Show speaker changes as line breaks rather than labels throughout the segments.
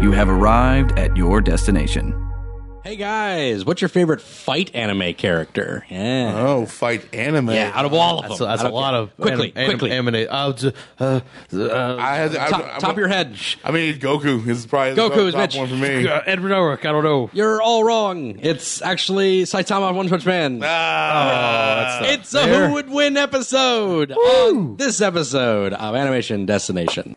You have arrived at your destination.
Hey guys, what's your favorite fight anime character? Yeah.
Oh, fight anime.
yeah, out of all of
Uh, That's,
them.
that's
Out
a lot of
quickly,
anim- anim-
quickly.
anime- I'll ju- uh, uh,
I had I,
top,
I,
top of your head. Shh.
I mean, Goku is probably
Goku
the
is
top
Mitch.
one for me.
uh, Edward Ulrich. I don't know.
You're all wrong. It's actually Saitama One Punch Man.
Oh,
Ah,
It's a
There.
Who Would Win episode on this episode of Animation Destination.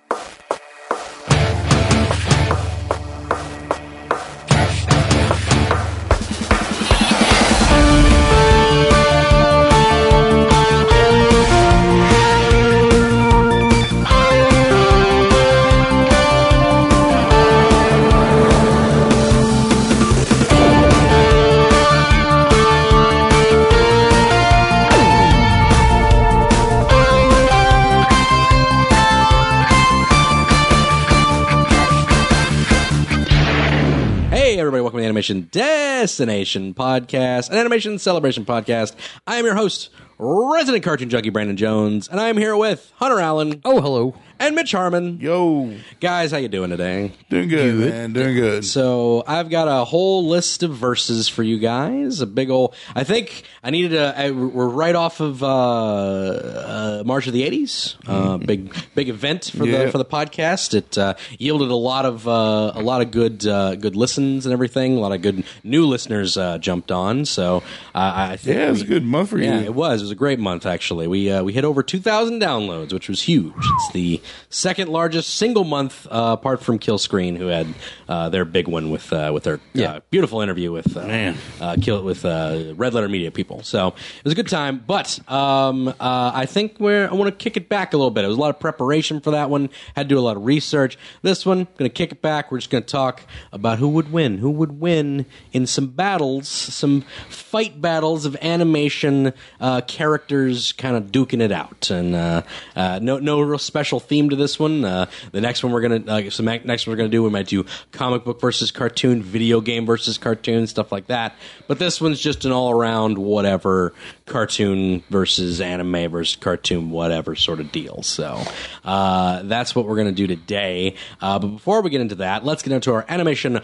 Hey, everybody, welcome to the Animation Destination Podcast, an animation celebration podcast. I am your host, resident cartoon junkie Brandon Jones, and I am here with Hunter Allen
Oh, hello.
and Mitch Harmon.
yo,
Guys, how you doing today?
doing good, man. Doing good.
So I've got a whole list of verses for you guys. A big old. I think I needed a. I, we're right off of uh, uh, March of the '80s. Uh, big big event for
Yeah.
the for the podcast. It uh, yielded a lot of uh, a lot of good uh, good listens and everything. A lot of good new listeners uh, jumped on. So uh, I think
Yeah, it was a
we-
good month for
yeah,
you.
it was. It was a great month actually. We uh, we hit over 2,000 downloads, which was huge. It's the second largest single month, uh, apart from Kill Screen, who had uh, their big one with uh, with their uh, beautiful interview with uh,
Man.
uh, Kill with uh, Red Letter Media people. So it was a good time. But um, uh, I think we're I want to kick it back a little bit. It was a lot of preparation for that one. Had to do a lot of research. This one, going to kick it back. We're just going to talk about who would win, who would win in some battles, some fight battles of animation uh, characters, kind of duking it out. And uh, uh, no, no real special theme to this one. Uh, the next one we're going to uh, so ma- next one we're going to do we might do comic book versus cartoon, video game versus cartoon, stuff like that. But this one's just an all around whatever cartoon versus anime versus cartoon whatever sort of deal. So uh, that's what we're going to do today. Uh, but before we get into that, let's get into our animation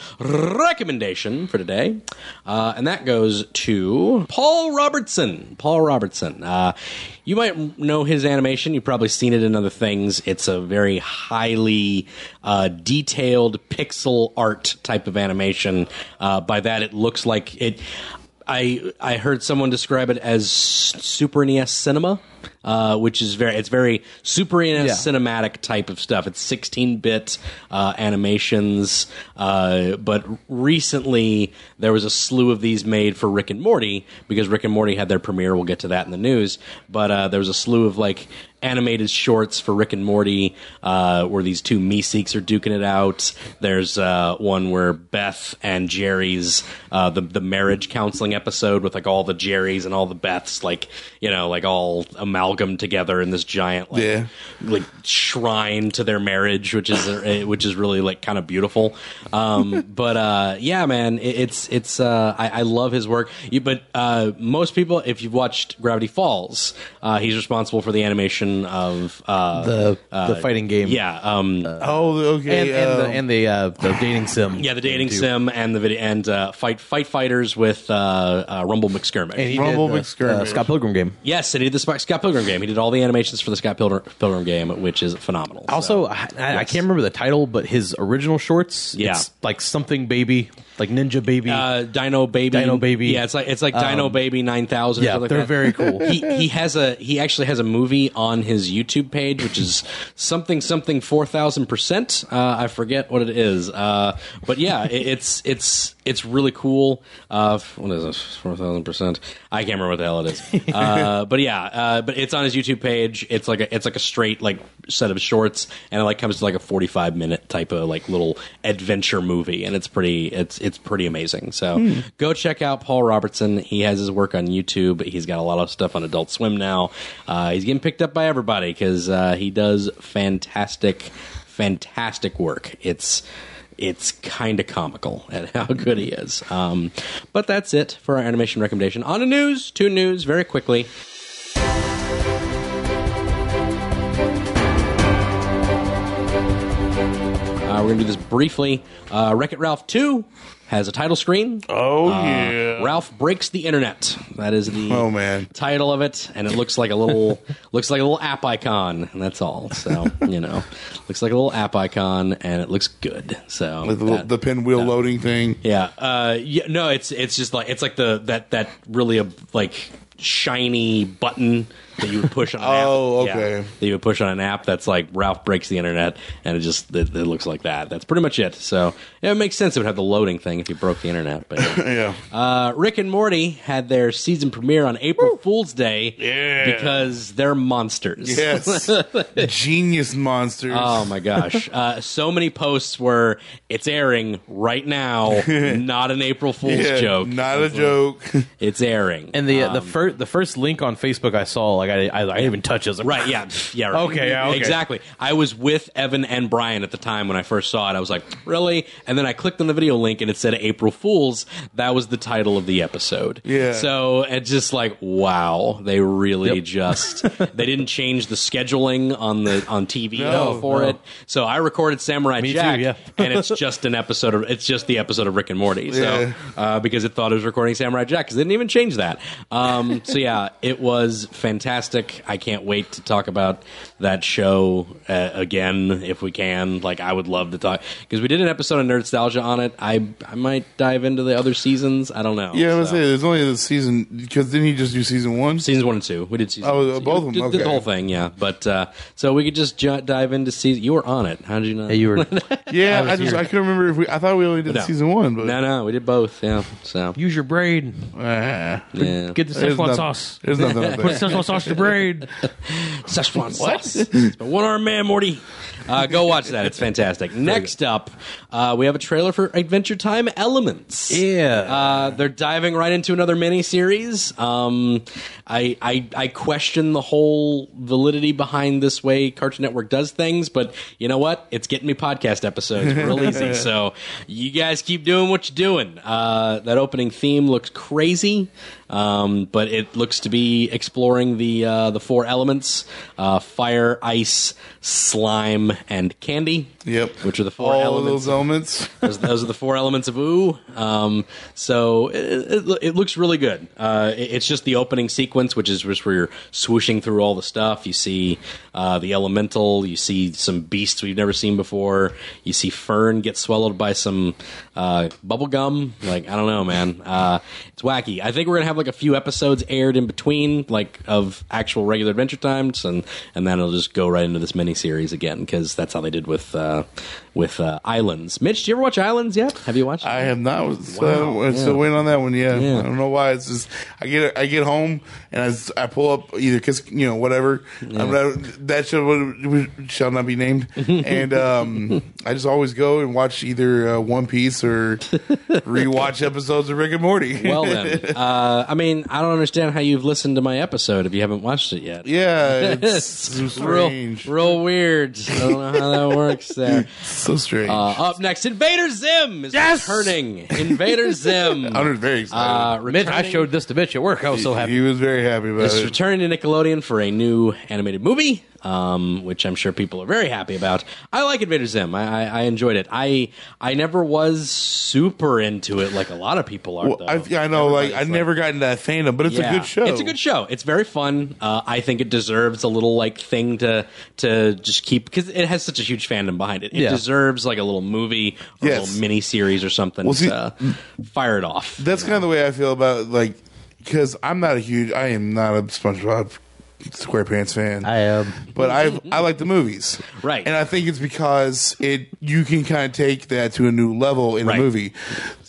recommendation for today, uh, and that goes to Paul Robertson. Paul Robertson. Uh, you might know his animation. You've probably seen it in other things. It's a very highly uh, detailed pixel art type of animation. Uh, by that, it looks like it. I I heard someone describe it as Super NES cinema, uh, which is very it's very Super NES
Yeah.
cinematic type of stuff. It's 16 bit uh, animations, uh, but recently there was a slew of these made for Rick and Morty because Rick and Morty had their premiere. We'll get to that in the news, but uh, there was a slew of like animated shorts for Rick and Morty, uh, where these two Meeseeks are duking it out. There's uh, one where Beth and Jerry's uh, the the marriage counseling episode with like all the Jerrys and all the Beths, like you know, like all amalgam together in this giant like
Yeah.
like shrine to their marriage, which is uh, which is really like kind of beautiful. Um, but uh, yeah, man, it, it's it's uh, I, I love his work. You, but uh, most people, if you've watched Gravity Falls, uh, he's responsible for the animation of uh,
The
uh,
the fighting game.
Yeah, um,
oh, okay.
And, and the
um,
and the, uh, the dating sim.
yeah, the dating
too.
sim and the video and uh, fight fight fighters with uh, uh, Rumble McSkirmish.
And he
Rumble
did the,
McSkirmish.
uh, Scott Pilgrim game.
yes, and he did the Sp- Scott Pilgrim game. He did all the animations for the Scott Pilgrim, Pilgrim game, which is phenomenal. So-
Also, I, I I can't remember the title, but his original shorts.
Yeah.
it's like something baby, like Ninja Baby.
uh, Dino Baby.
Dino Baby. Um,
Yeah, it's like it's like Dino Baby nine thousand.
yeah, they're very cool.
he he has a he actually has a movie on his YouTube page, which is something something four thousand percent. Uh, I forget what it is, uh, but yeah, it, it's it's it's really cool. Uh, what is it? Four thousand percent. I can't remember what the hell it is. Uh, but yeah, uh, but it's on his YouTube page. It's like a it's like a straight like set of shorts, and it like comes to like a forty five minute type of like little adventure movie, and it's pretty it's it's pretty amazing. So go check out Paul Robertson. He has his work on YouTube. He's got a lot of stuff on Adult Swim now. Uh, he's getting picked up by everybody because uh, he does fantastic, fantastic work. It's it's kind of comical at how good he is. Um, but that's it for our animation recommendation. On to news, to news, very quickly. Uh, we're going to do this briefly. Uh, Wreck It Ralph 2 has a title screen.
Oh
Uh,
yeah.
Ralph breaks the internet. That is the
Oh, man.
title of it, and it looks like a little looks like a little app icon, and that's all. So you know, looks like a little app icon, and it looks good. So
With the, little-
that-
the pinwheel loading thing.
yeah. Uh, yeah. No, it's it's just like it's like the that that really a like shiny button that you would push on. An
Oh,
app.
okay.
Yeah, that you would push on an app that's like Ralph breaks the internet, and it just it, it looks like that. That's pretty much it. So yeah, it makes sense it would have the loading thing if you broke the internet. But yeah.
Yeah.
uh, Rick and Morty had their season premiere on April Fool's Day
Yeah.
because they're monsters.
Yes. Genius monsters.
Oh my gosh! Uh, so many posts were it's airing right now, not an April Fool's
Yeah,
joke.
Not a joke.
It's airing.
And the
Um,
the first the first link on Facebook I saw, like I I, I didn't even touch it. I was like,
right, yeah, pff, yeah, right.
Okay, yeah, okay.
exactly. I was with Evan and Brian at the time when I first saw it. I was like, really? And then I clicked on the video link and it said April Fools. That was the title of the episode.
Yeah.
So it's just like, wow, they really just they didn't change the scheduling on the on TV
No,
for
no.
it. So I recorded Samurai
Me too,
Jack,
yeah.
and it's just an episode of it's just the episode of Rick and Morty. So
Yeah.
uh, because it thought it was recording Samurai Jack because they didn't even change that. Um, so yeah, it was fantastic. I can't wait to talk about that show uh, again if we can. Like I would love to talk because we did an episode of Nerdstalgia on it. I I might dive into the other seasons. I don't know.
Yeah, I was
So-
say there's only the season because didn't he just do season one?
Seasons one and two. We did season.
Oh,
one.
both of them,
Did The
okay.
whole thing, yeah. But uh, so we could just ju- dive into season. You were on it. How did you know?
Hey, you were
yeah, I just I couldn't remember if we. I thought we only did
No.
season one, but
No, no, we did both. Yeah. So
use your braid.
Ah.
yeah.
Get the
There's
Szechuan
nothing-
sauce.
There's nothing up
Put
there.
Szechuan sauce in your braid.
Szechuan sauce. It's a one-armed man, Morty. Uh, go watch that. It's fantastic. Next up, uh, we have a trailer for Adventure Time Elements.
Yeah.
Uh, they're diving right into another miniseries. Um, I, I I question the whole validity behind this way Cartoon Network does things, but you know what? It's getting me podcast episodes real easy. so you guys keep doing what you're doing. Uh, that opening theme looks crazy, um, but it looks to be exploring the uh, the four elements: uh, fire, ice, slime, and candy.
Yep.
which are the four
All of
elements
those elements.
those, those are the four elements of ooh. Um, so it, it, it looks really good. Uh, it- it's just the opening sequence, which is just where you're swooshing through all the stuff. You see uh, the elemental. You see some beasts we've never seen before. You see Fern get swallowed by some uh, bubble gum. Like I don't know, man. Uh, it's wacky. I think we're gonna have like a few episodes aired in between, like of actual regular Adventure Times, and and then it'll just go right into this mini series again because that's how they did with uh, with uh, Islands. Mitch, do you ever watch Islands yet? Have you watched? it?
I have not. So I'm still waiting on that one. Yeah. I don't know why. It's just I get I get home and I, s- I pull up either because you know whatever I'm not, that show would- shall not be named, and um, I just always go and watch either uh, One Piece or rewatch episodes of Rick and Morty.
well then, uh, I mean, I don't understand how you've listened to my episode if you haven't watched it yet.
yeah, it's
It's
so strange.
real, real weird. I don't know how that works there.
so strange.
Uh, up next, Invader Zim is returning. Invader Zim.
I was very excited.
Uh,
Mitch, I
returning-
showed this to Mitch at work. I was so happy.
He was very happy about
It's
it.
returning to Nickelodeon for a new animated movie, um, which I'm sure people are very happy about. I like Invader Zim. I, I, I enjoyed it. I I never was super into it like a lot of people are.
Well,
though.
I, yeah, I know, like
Everybody's
I never got into that fandom, but it's
Yeah.
a good show.
It's a good show. It's very fun. Uh, I think it deserves a little like thing to to just keep because it has such a huge fandom behind it. It
Yeah.
deserves like a little movie or a
Yes.
little mini series or something
Well, see-
to fire it off.
That's kind of the way I feel about like because I'm not a huge, I am not a SpongeBob SquarePants fan.
am.
but I I like the movies,
Right.
And I think it's because it you can kind of take that to a new level in
Right.
a movie.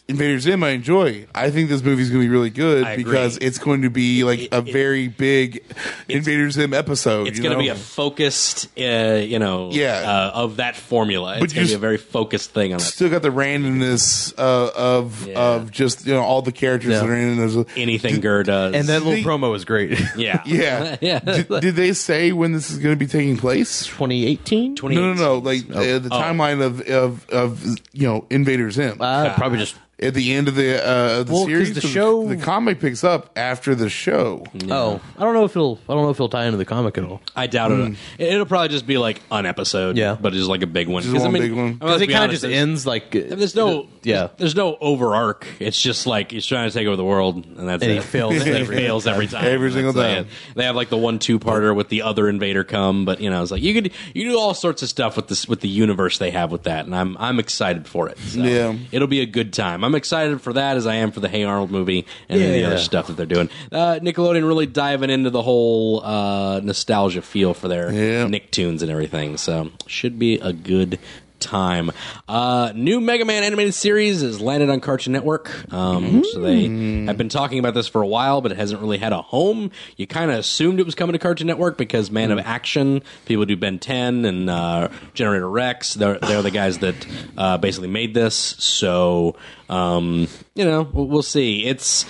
Invader Zim, I enjoy. I think this movie's going to be really good
I agree.
because it's going to be like a
it-
very big Invader Zim episode.
it's
you
going to
know?
be a focused, uh, you know,
Yeah.
uh, of that formula.
But
It's going
you
to be
s-
a very focused thing on that.
still got the randomness uh, of
Yeah.
of just you know all the characters that are in it.
Anything Gur does,
And that little
See-
promo was great.
yeah,
Yeah,
yeah.
Did, did they say when this is going to be taking place?
2018?
Oh.
No, no, no. Like uh, the timeline of of of you know Invader Zim.
Uh, probably just
at the end of the uh, of the
Well, 'cause
series.
the show-
the comic picks up after the show.
Oh, I don't know if it'll. I don't know if it'll tie into the comic at all.
I doubt
Hmm.
it. It'll probably just be like an episode,
Yeah.
but just like a big one.
Just
'Cause,
one big one.
I mean, let's
Because it
be
kind of
honest,
just
there's-
ends like. uh,
I mean, there's no,
Yeah.
there's no over arc. It's just like he's trying to take over the world, and that's
And
it.
he fails
And he
every
fails every time.
Every
That's
single
like
time.
it. They have like the one two parter with the other invader come, but you know, it's like you could you do all sorts of stuff with this with the universe they have with that, and I'm I'm excited for it. So
Yeah.
it'll be a good time. I'm excited for that as I am for the Hey Arnold movie and any of the other
Yeah.
stuff that they're doing. Uh, Nickelodeon really diving into the whole uh, nostalgia feel for their
Yeah.
Nicktoons and everything. So should be a good time. Uh, new Mega Man animated series has landed on Cartoon Network. Um, So they have been talking about this for a while, but it hasn't really had a home. You kind of assumed it was coming to Cartoon Network because Man of Action, people do Ben 10 and uh, Generator Rex. They're, they're the guys that uh, basically made this. So, um, you know, we'll, we'll see. It's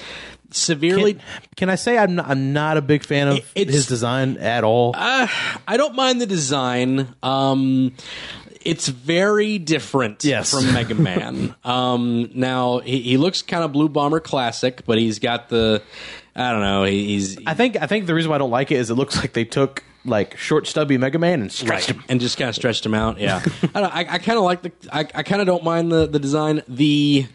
severely
Can, can I say I'm not, I'm not a big fan of
It's-
his design at all?
Uh, I don't mind the design. Um, it's very different
Yes.
from Mega Man. um, now he, he looks kind of Blue Bomber classic, but he's got the I don't know. He, he's
I think I think the reason why I don't like it is it looks like they took like short stubby Mega Man and stretched him.
and just kind of stretched him out. Yeah, I, don't- I, I kind of like the. I, I kind of don't mind the, the design. The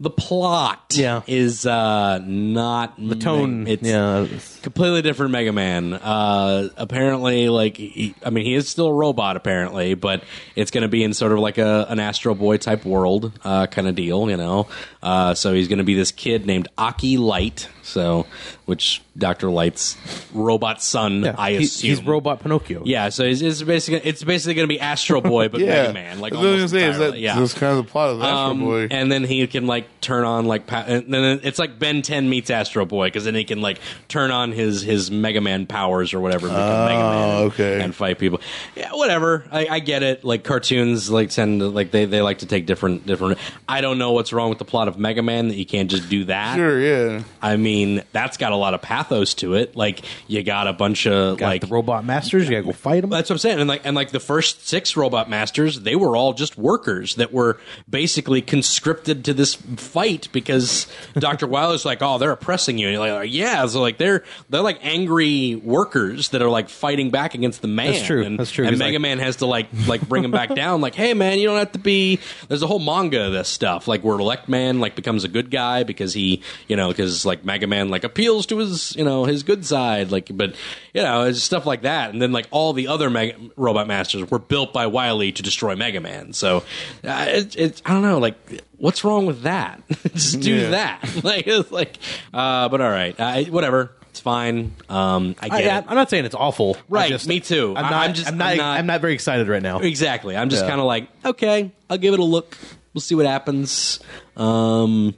the plot
Yeah.
is uh, not the
Tone.
it's
yeah.
completely different Mega Man. Uh, apparently, like he, I mean, he is still a robot apparently, but it's going to be in sort of like a an Astro Boy type world uh, kind of deal, you know. Uh, so he's going to be this kid named Aki Light, so which Doctor Light's robot son,
yeah.
I
He-
assume.
he's robot Pinocchio.
Yeah, so it's, it's basically it's basically going to be Astro Boy, but
Yeah,
Mega Man, like
That's what I was
almost
gonna say, is
entirely,
that-
yeah.
that's kind of the plot of Astro
Um,
Boy.
and then he can like turn on like pa- and then it's like Ben 10 meets Astro Boy because then he can like turn on his his Mega Man powers or whatever, and become Mega Man,
Ah, okay.
and fight people. Yeah, whatever. I, I get it. Like cartoons, like tend to like they they like to take different different. I don't know what's wrong with the plot of Mega Man that you can't just do that.
sure, yeah.
I mean, that's got a lot of pathos to it. Like you got a bunch of
Got
like
the robot masters. You gotta go fight him.
that's what I'm saying. And like and like the first six robot masters, they were all just workers that were basically conscripted to this fight because Dr. Wiley's like, Oh, they're oppressing you and you're like, Yeah. So like they're they're like angry workers that are like fighting back against the man.
That's true.
And,
That's true.
And
'Cause,
Mega
like-
Man has to like like bring him back down, like, hey man, you don't have to be there's a whole manga of this stuff, like where Elect Man like becomes a good guy because he you know, because like Mega Man like appeals to his you know, his good side, like but you know, it's stuff like that. And then like all the other Mega Robot Masters were built by Wily to destroy Mega Man. So uh, it, it's I don't know, like what's wrong with that? Just do
Yeah.
that. Like it's like uh but all right. Uh, whatever. It's fine. Um I get
I,
it.
am not saying it's awful. I
Right,
just-
me too.
I'm
I-
not.
I'm just-
I'm not. e-
I'm not-
I'm not very excited right now.
Exactly. I'm just
Yeah.
kind of like, okay, I'll give it a look. We'll see what happens. Um,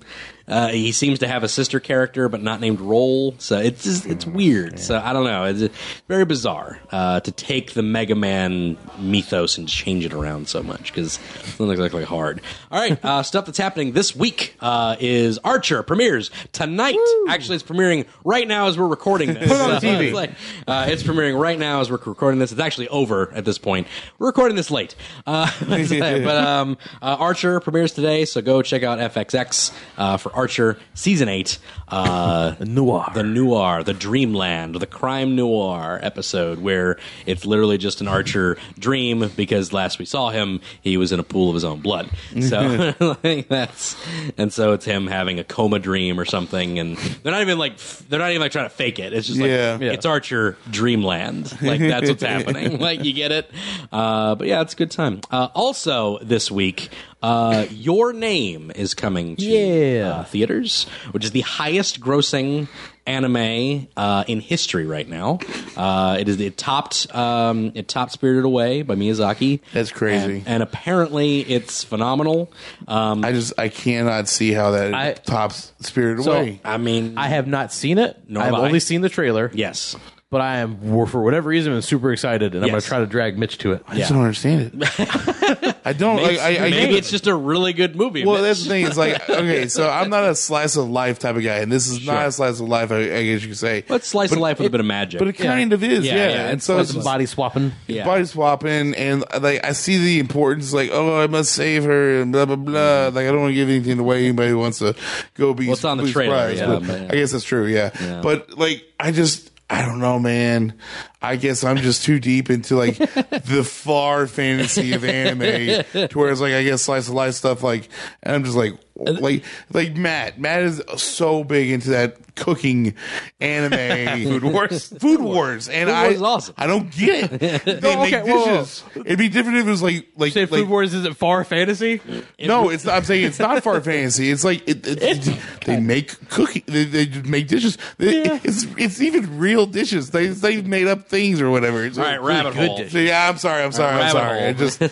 uh, he seems to have a sister character, but not named Roll, so it's just, it's weird. So I don't know. It's uh, very bizarre uh, to take the Mega Man mythos and change it around so much because it's not exactly hard. All right, uh, stuff that's happening this week uh, is Archer premieres tonight. Actually, it's premiering right now as we're recording this.
it on the
So
TV.
it's like- uh, it's premiering right now as we're recording this. It's actually over at this point. We're recording this late, uh, but um, uh, Archer premieres today, so go check out FXX uh, for Archer season eight, uh, the
noir.
the noir, the Dreamland, the crime noir episode, where it's literally just an Archer dream because last we saw him, he was in a pool of his own blood. So like, that's and so it's him having a coma dream or something, and they're not even like f- they're not even like trying to fake it. It's just like
Yeah.
it's Archer Dreamland. Like that's what's happening. Like you get it. Uh, but yeah, it's a good time. Uh, also this week, uh, Your Name is coming to
Yeah.
uh, theaters, which is the highest grossing anime uh, in history right now. Uh, it is it topped um, it topped Spirited Away by Miyazaki.
That's crazy.
And, and apparently it's phenomenal. Um,
I just I cannot see how that
I-
tops Spirit
So-
Away.
I mean,
I have not seen it.
Nor
I've
have I.
only seen the trailer.
yes.
But I am, for whatever reason, I'm super excited, and I'm
Yes.
going to try to drag Mitch to it.
I just don't understand it. I don't.
Maybe,
Like, I, I
maybe
get-
it's just a really good movie.
Well,
Mitch.
that's the thing. It's like okay, so I'm not a slice of life type of guy, and this is not a slice of life. I, I guess you could say.
Let's slice
But
of life with a
it-
bit of magic.
But it kind of is,
Yeah,
yeah.
yeah,
And
it's
so
like
it's
the
just
body swapping.
Yeah.
body swapping, and like I see the importance. Like, oh, I must save her, and blah blah blah. Like, I don't want to give anything away. Anybody who wants to go be
Mm-hmm. Well, it's on the
be
trailer,
surprised,
yeah,
but
but-
I guess that's true. Yeah. but like I just. I don't know, man. I guess I'm just too deep into like the far fantasy of anime, to where it's like I guess slice of life stuff. Like, and I'm just like, like, like Matt. Matt is so big into that cooking anime, food wars, food wars, and
Food
I
Wars is awesome.
I don't get it. They make
okay, whoa, whoa.
dishes. It'd be different if it was like like,
Say
like-
Food Wars isn't far fantasy.
no, it's not, I'm saying it's not far fantasy. It's like it, it, they make cooking. They, they just make dishes. They- It's it's even real dishes. They they made up things or whatever. It's
All right, rabbit
good
hole.
dish.
So, yeah, I'm sorry. I'm sorry. I'm
rabbit
sorry.
hole.
It just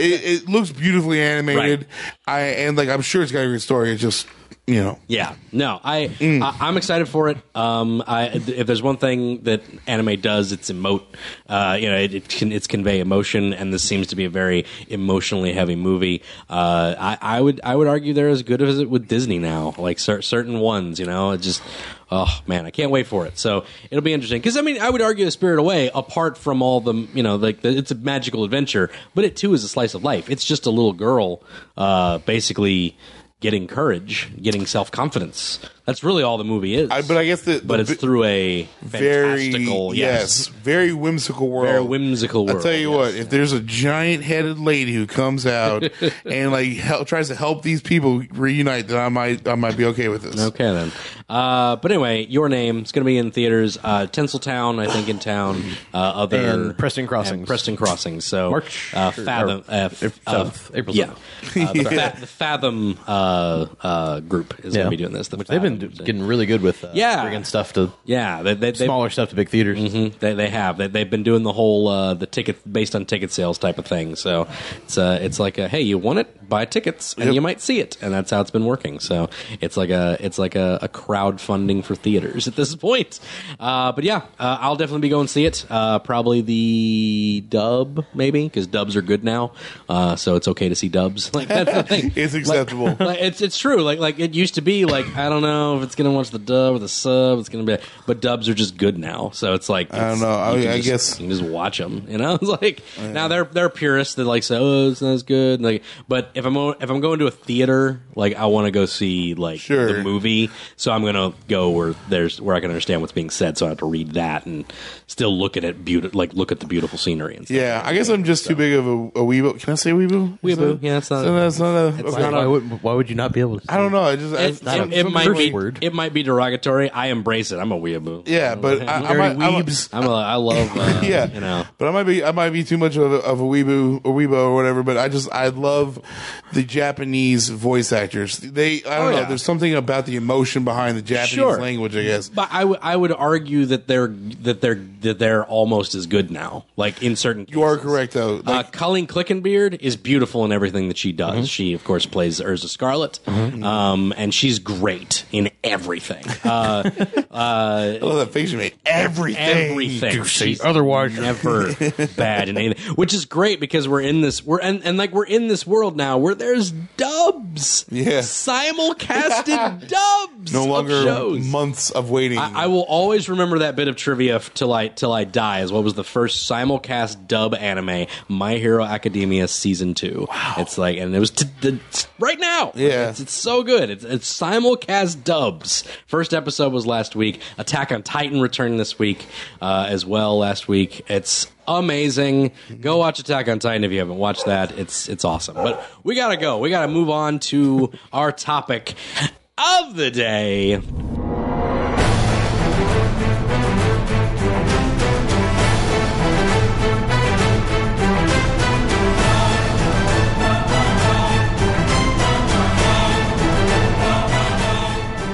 it, it looks beautifully animated. I and like I'm sure it's got a great story. It's just you know
Yeah, no, I, I I'm excited for it. Um, I if there's one thing that anime does, it's emote. Uh, you know, it, it can it's convey emotion, and this seems to be a very emotionally heavy movie. Uh, I, I would I would argue they're as good as it with Disney now. Like cer- certain ones, you know, it just oh man, I can't wait for it. So it'll be interesting because I mean, I would argue The Spirit Away, apart from all the you know, like the, it's a magical adventure, but it too is a slice of life. It's just a little girl, uh, basically getting courage, getting self confidence. That's really all the movie is.
I- but I guess the- the
but it's
bi-
through a
very
fantastical,
yes very whimsical world.
very whimsical world.
I'll tell you
yes.
what, if there's a giant headed lady who comes out and like hel- tries to help these people reunite, then I might I might be okay with this.
Okay then, uh, but anyway, your name it's going to be in theaters. Uh, Tinseltown, I think, in town. Uh, other
And Preston Crossings.
and Preston Crossings. So
March-
uh, Fathom, uh, f- uh,
seventh, April
yeah.
seventh.
Uh, the, fa- the Fathom uh, uh, group is going to be doing this. The
Which they've
Fathom-
been do- getting really good with uh,
Yeah.
bringing stuff to
yeah, they, they, they,
smaller stuff to big theaters.
Mhm. They they have they they've been doing the whole uh, the ticket based on ticket sales type of thing. So it's uh it's like a, hey you want it buy tickets and you might see it and that's how it's been working. So it's like a it's like a, a crowdfunding for theaters at this point. Uh, but yeah, uh, I'll definitely be going to see it. Uh, probably the dub maybe because dubs are good now. Uh, so it's okay to see dubs like that's the thing.
It's acceptable.
Like, like, it's it's true. Like like it used to be. Like I don't know if it's gonna watch the dub or the sub. It's gonna be, but dubs are just good now. So it's like
don't
it's-
know. I-
you can
I
just-
guess-
you can just watch them. You know, it's like now they're they're purists. They like say, oh, it's not as good. and, Like, but if I'm o- if I'm going to a theater, like I want to go see like
Sure.
the movie. So I'm gonna go where there's where I can understand what's being said. So I have to read that and still look at it beautiful. Like look at the beautiful scenery and stuff.
Yeah, I guess I'm just too big of a, a weebo. Can I say weebo? Is
Weebo,
that-
yeah, it's not-
So that's not a. okay.
not
Why
a-
would why would you not be able to?
I don't know. I just. I,
It,
some-
it- it
some
might
people-
be
word.
it might be derogatory. I embrace it. I'm a weeaboo.
Yeah, but I, I
Dirty
might. I'm a-
weebs. I'm a, I love, uh,
yeah,
you know.
but I might be I might be too much of a, of a weebo or weebo or whatever. But I just I love the Japanese voice actors. They I don't
Oh,
know.
yeah.
There's something about the emotion behind the Japanese
Sure.
language. I guess
But I, w- I would argue that they're that they're that they're almost as good now. Like in certain,
you are
cases.
correct though.
uh, Colleen Clickenbeard is beautiful in everything that she does.
Mm-hmm.
She, of course, plays Urza Scarlet, um, and she's great in everything. Uh,
I love that face you made. Everything.
everything. She's
otherwise.
never bad in anything, which is great because we're in this. We're and, and like we're in this world now where there's dubs,
Yeah.
simulcasted dubs,
No
of
longer
shows.
months of waiting.
I, I will always remember that bit of trivia f- till I till I die. Is what was the first simulcast dub anime, My Hero Academia season two. Wow, it's like, and it was t- t- t- right now.
Yeah.
it's, it's so good. It's, it's simulcast dubs. First episode was last week. Attack on Titan returning this week uh, as well. Last week, it's amazing. Go watch Attack on Titan if you haven't watched that. It's it's awesome. But we gotta go. We gotta move on to our topic. Of the day,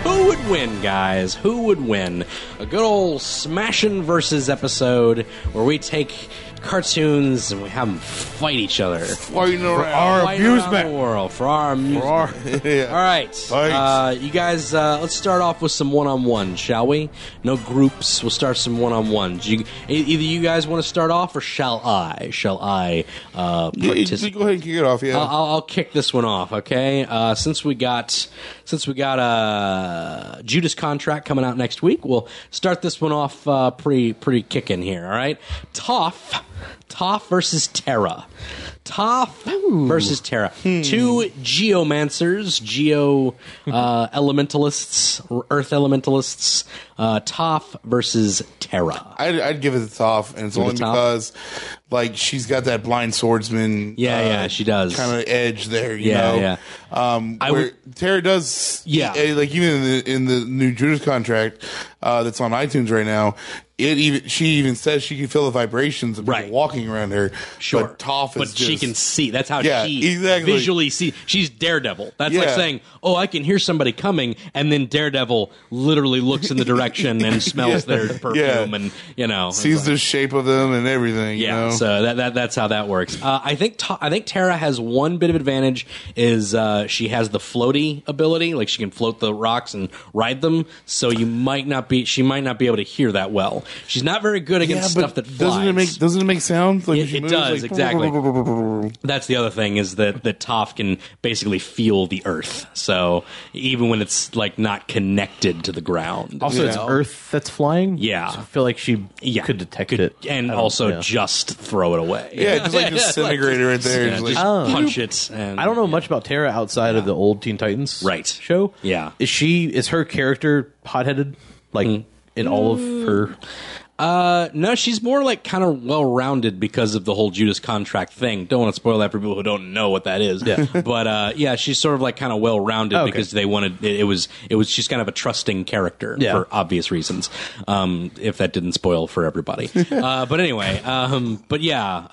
Who would win, guys? Who would win? A good old smashing versus episode where we take cartoons and we have them fight each other.
Fighting around.
our-
Fight around
amusement.
the world, for our amusement.
Yeah.
All right, uh, you guys. Uh, let's start off with some one-on-one, shall we? No groups. We'll start some one-on-ones. You, e- either you guys want to start off, or shall I? Shall I uh,
You- you- you
participate?
Go ahead and kick it off. Yeah.
I'll, I'll, I'll kick this one off, okay? Uh, since we got since we got uh, Judas contract coming out next week, we'll start this one off uh, pretty pretty kicking here. All right, Toph, Toph versus Terra, Toph versus Terra, two geomancers, geo uh, elementalists, r- earth elementalists. Uh, Toph versus Terra.
I'd, I'd give it the Toph, and it's
Give it
only
Toph?
because, like, she's got that blind swordsman.
Yeah, yeah, she does.
Kind of edge there, you
Yeah,
know.
yeah.
Um,
I
where
would-
Tara does,
Yeah.
eh, like even in the, in the new Judas contract uh, that's on iTunes right now, it even she even says she can feel the vibrations of people
Right.
walking around her.
Sure.
but Toph is
But she
just-
can see. That's how
Yeah,
she
exactly.
visually see. She's Daredevil. That's like
Yeah.
saying, "Oh, I can hear somebody coming," and then Daredevil literally looks in the direction and smells
Yeah.
their perfume,
Yeah.
and you know, it's
sees
like-
the shape of them and everything.
yeah,
you know?
so that, that that's how that works. Uh, I think Ta- I think Tara has one bit of advantage is uh, she has the floaty ability, like she can float the rocks and ride them. So you might not be she might not be able to hear that well. She's not very good against stuff that flies.
doesn't it make doesn't it make sound? Like
It-
when she
it
moves,
does,
like,
exactly. That's the other thing is that that Toph can basically feel the earth. So even when it's like not connected to the ground.
Also, it's
Yeah.
Earth that's flying.
Yeah.
so I feel like she
Yeah.
could detect
Could-
it,
And
I don't-
also
yeah.
just throw it away.
Yeah, just like disintegrated right there.
Yeah,
Just
just
like-
punch it. And,
Oh. I don't know much about Tara outside of the old Teen Titans
Right.
show.
Yeah.
is she is her character hot-headed like in all of her?
Uh, no, she's more like kind of well rounded because of the whole Judas contract thing. Don't want to spoil that for people who don't know what that is. Yeah. but uh, yeah, she's sort of like kind of well rounded
Oh, Okay.
because they wanted it, it was it was she's kind of a trusting character
Yeah.
for obvious reasons. Um, if that didn't spoil for everybody. uh, but anyway, um, but yeah, uh,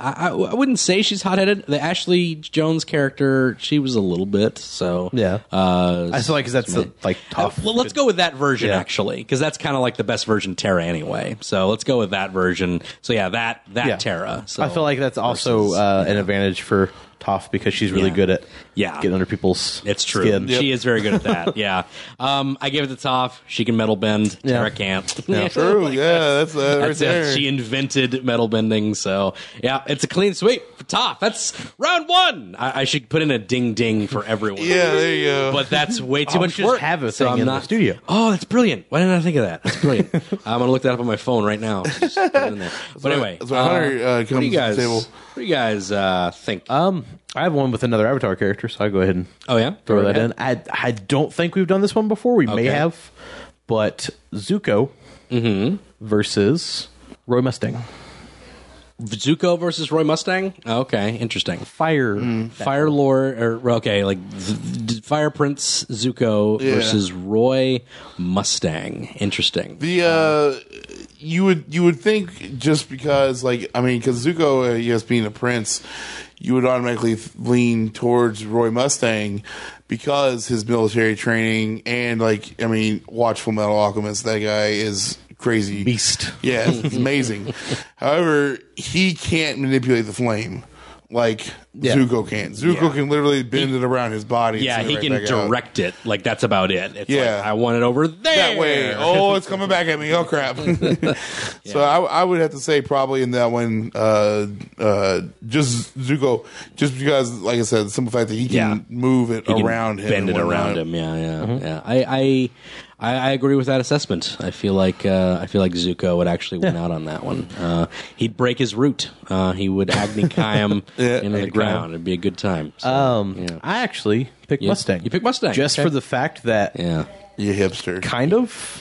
I, I I wouldn't say she's hot headed. The Ashley Jones character, she was a little bit so
Yeah.
Uh,
I feel like 'cause that's the, like tough.
well, let's go with that version actually, because that's kind of like the best version Terra anyway. So let's go with that version. So yeah, that that
Yeah.
Terra. So
I feel like that's also uh, an advantage for Toph because she's really
Yeah.
good at
Yeah.
getting under people's
it's true.
skin.
She is very good at that. yeah, um, I give it the top. She can metal bend. Terra can't.
True. yeah, that's uh, right
Oh That's
there.
it. She invented metal bending, so yeah, it's a clean sweep for Toph. That's round one. I, I should put in a ding ding for everyone.
yeah, there you go.
but that's way too
Oh, we
much
should
work.
have a
so
thing
I'm
in the
not-
studio.
Oh, that's brilliant! Why didn't I think of that? That's brilliant. I'm gonna look that up on my phone right now. Just put it in there. But anyway,
that's why Hunter, uh,
what do
comes
you
to the
guys?
table.
What do you guys uh, think?
Um, I have one with another Avatar character, so I will go ahead and
oh yeah,
throw
Go
that
ahead.
in. I I don't think we've done this one before. We may
Okay.
have, but Zuko
Mm-hmm.
versus Roy Mustang.
Zuko versus Roy Mustang. Okay, interesting.
Fire.
Fire Lord, or okay, like th- th- Fire Prince Zuko versus Roy Mustang. Interesting.
The uh, you would you would think just because like I mean because Zuko uh, yes being a prince, you would automatically th- lean towards Roy Mustang because his military training and like I mean watch Full Metal Alchemist that guy is crazy
Mm.
Beast.
yeah it's amazing. However, he can't manipulate the flame. Like Zuko can. Zuko
Yeah.
can literally bend it around his body. and
Yeah,
send it
he
right
can
back out.
direct it. Like that's about it. It's
Yeah.
like, I want it over there.
that way. Oh, it's coming back at me. Oh crap! So I, I would have to say probably in that one, uh, uh, just Zuko, just because, like I said, the simple fact that he can
Yeah.
move it
You can
around him,
bend
and
it around
whatnot.
him. Yeah, yeah, yeah. Mm-hmm. I, I, I, I agree with that assessment. I feel like uh, I feel like Zuko would actually win out on that one. Uh, he'd break his root. Uh, he would Agni Kayam
Yeah.
into the
Agni Kayam.
ground. It'd be a good time. So,
Um,
yeah.
I actually picked Mustang.
You picked Mustang,
just
okay.
for the fact that
yeah.
You hipster.
kind of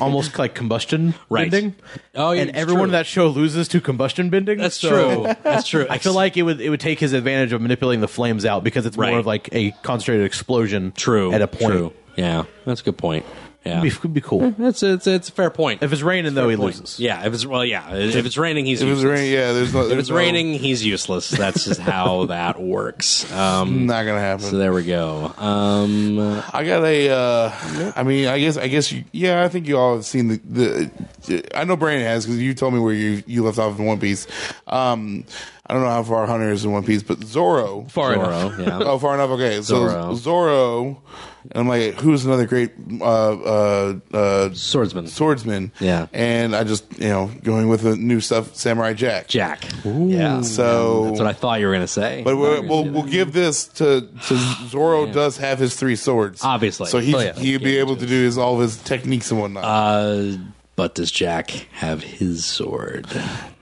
almost like combustion
Right.
bending.
Oh, yeah,
and
it's
everyone
true.
in that show loses to combustion bending.
That's
so-
true. That's true.
I feel like it would it would take his advantage of manipulating the flames out because it's
Right.
more of like a concentrated explosion.
True.
at a point.
True. Yeah, that's a good point. Yeah.
Be, would be cool.
That's it's it's a fair point.
If it's raining, though, he
Point.
loses.
Yeah, if it's well, yeah, if it's raining, he's
If it's
useless.
raining, yeah, there's no.
If it's raining, he's useless. That's just how that works. Um,
not gonna happen.
so there we go. Um, uh,
I got a. Uh, I mean, I guess, I guess, you, yeah. I think you all have seen the. the I know Brandon has because you told me where you you left off in One Piece. Um, I don't know how far Hunter is in One Piece, but Zoro.
Far enough.
Zorro, yeah.
Oh, far enough. Okay, so
Zoro.
Zoro. and I'm like, who's another great uh, uh, uh,
Swordsman
swordsman?
Yeah.
and I just you know going with the new stuff, Samurai Jack.
Jack. Yeah.
So-
that's what I thought you were gonna say.
But
I
we're,
thought you were
we'll
gonna
we'll
say
give this to to Zoro. Does have his three swords,
Obviously.
So he
Oh, yeah.
he'd be able to do his all of his techniques and whatnot.
that. Uh, but does Jack have his sword?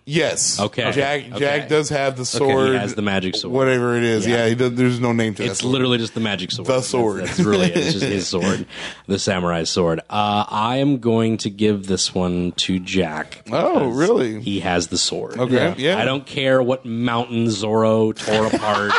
yes.
okay.
Jack
Okay.
Jack does have the
Okay, he
sword.
has the magic sword.
Whatever it is.
Yeah.
Yeah. he does, there's no name to
It's
that sword.
literally just the magic sword.
The sword.
That's, that's really it. It's just his sword, the samurai sword. Uh, I am going to give this one to Jack.
Oh,
because
really?
He has the sword.
Okay, Yeah. yeah.
I don't care what mountain Zoro tore apart.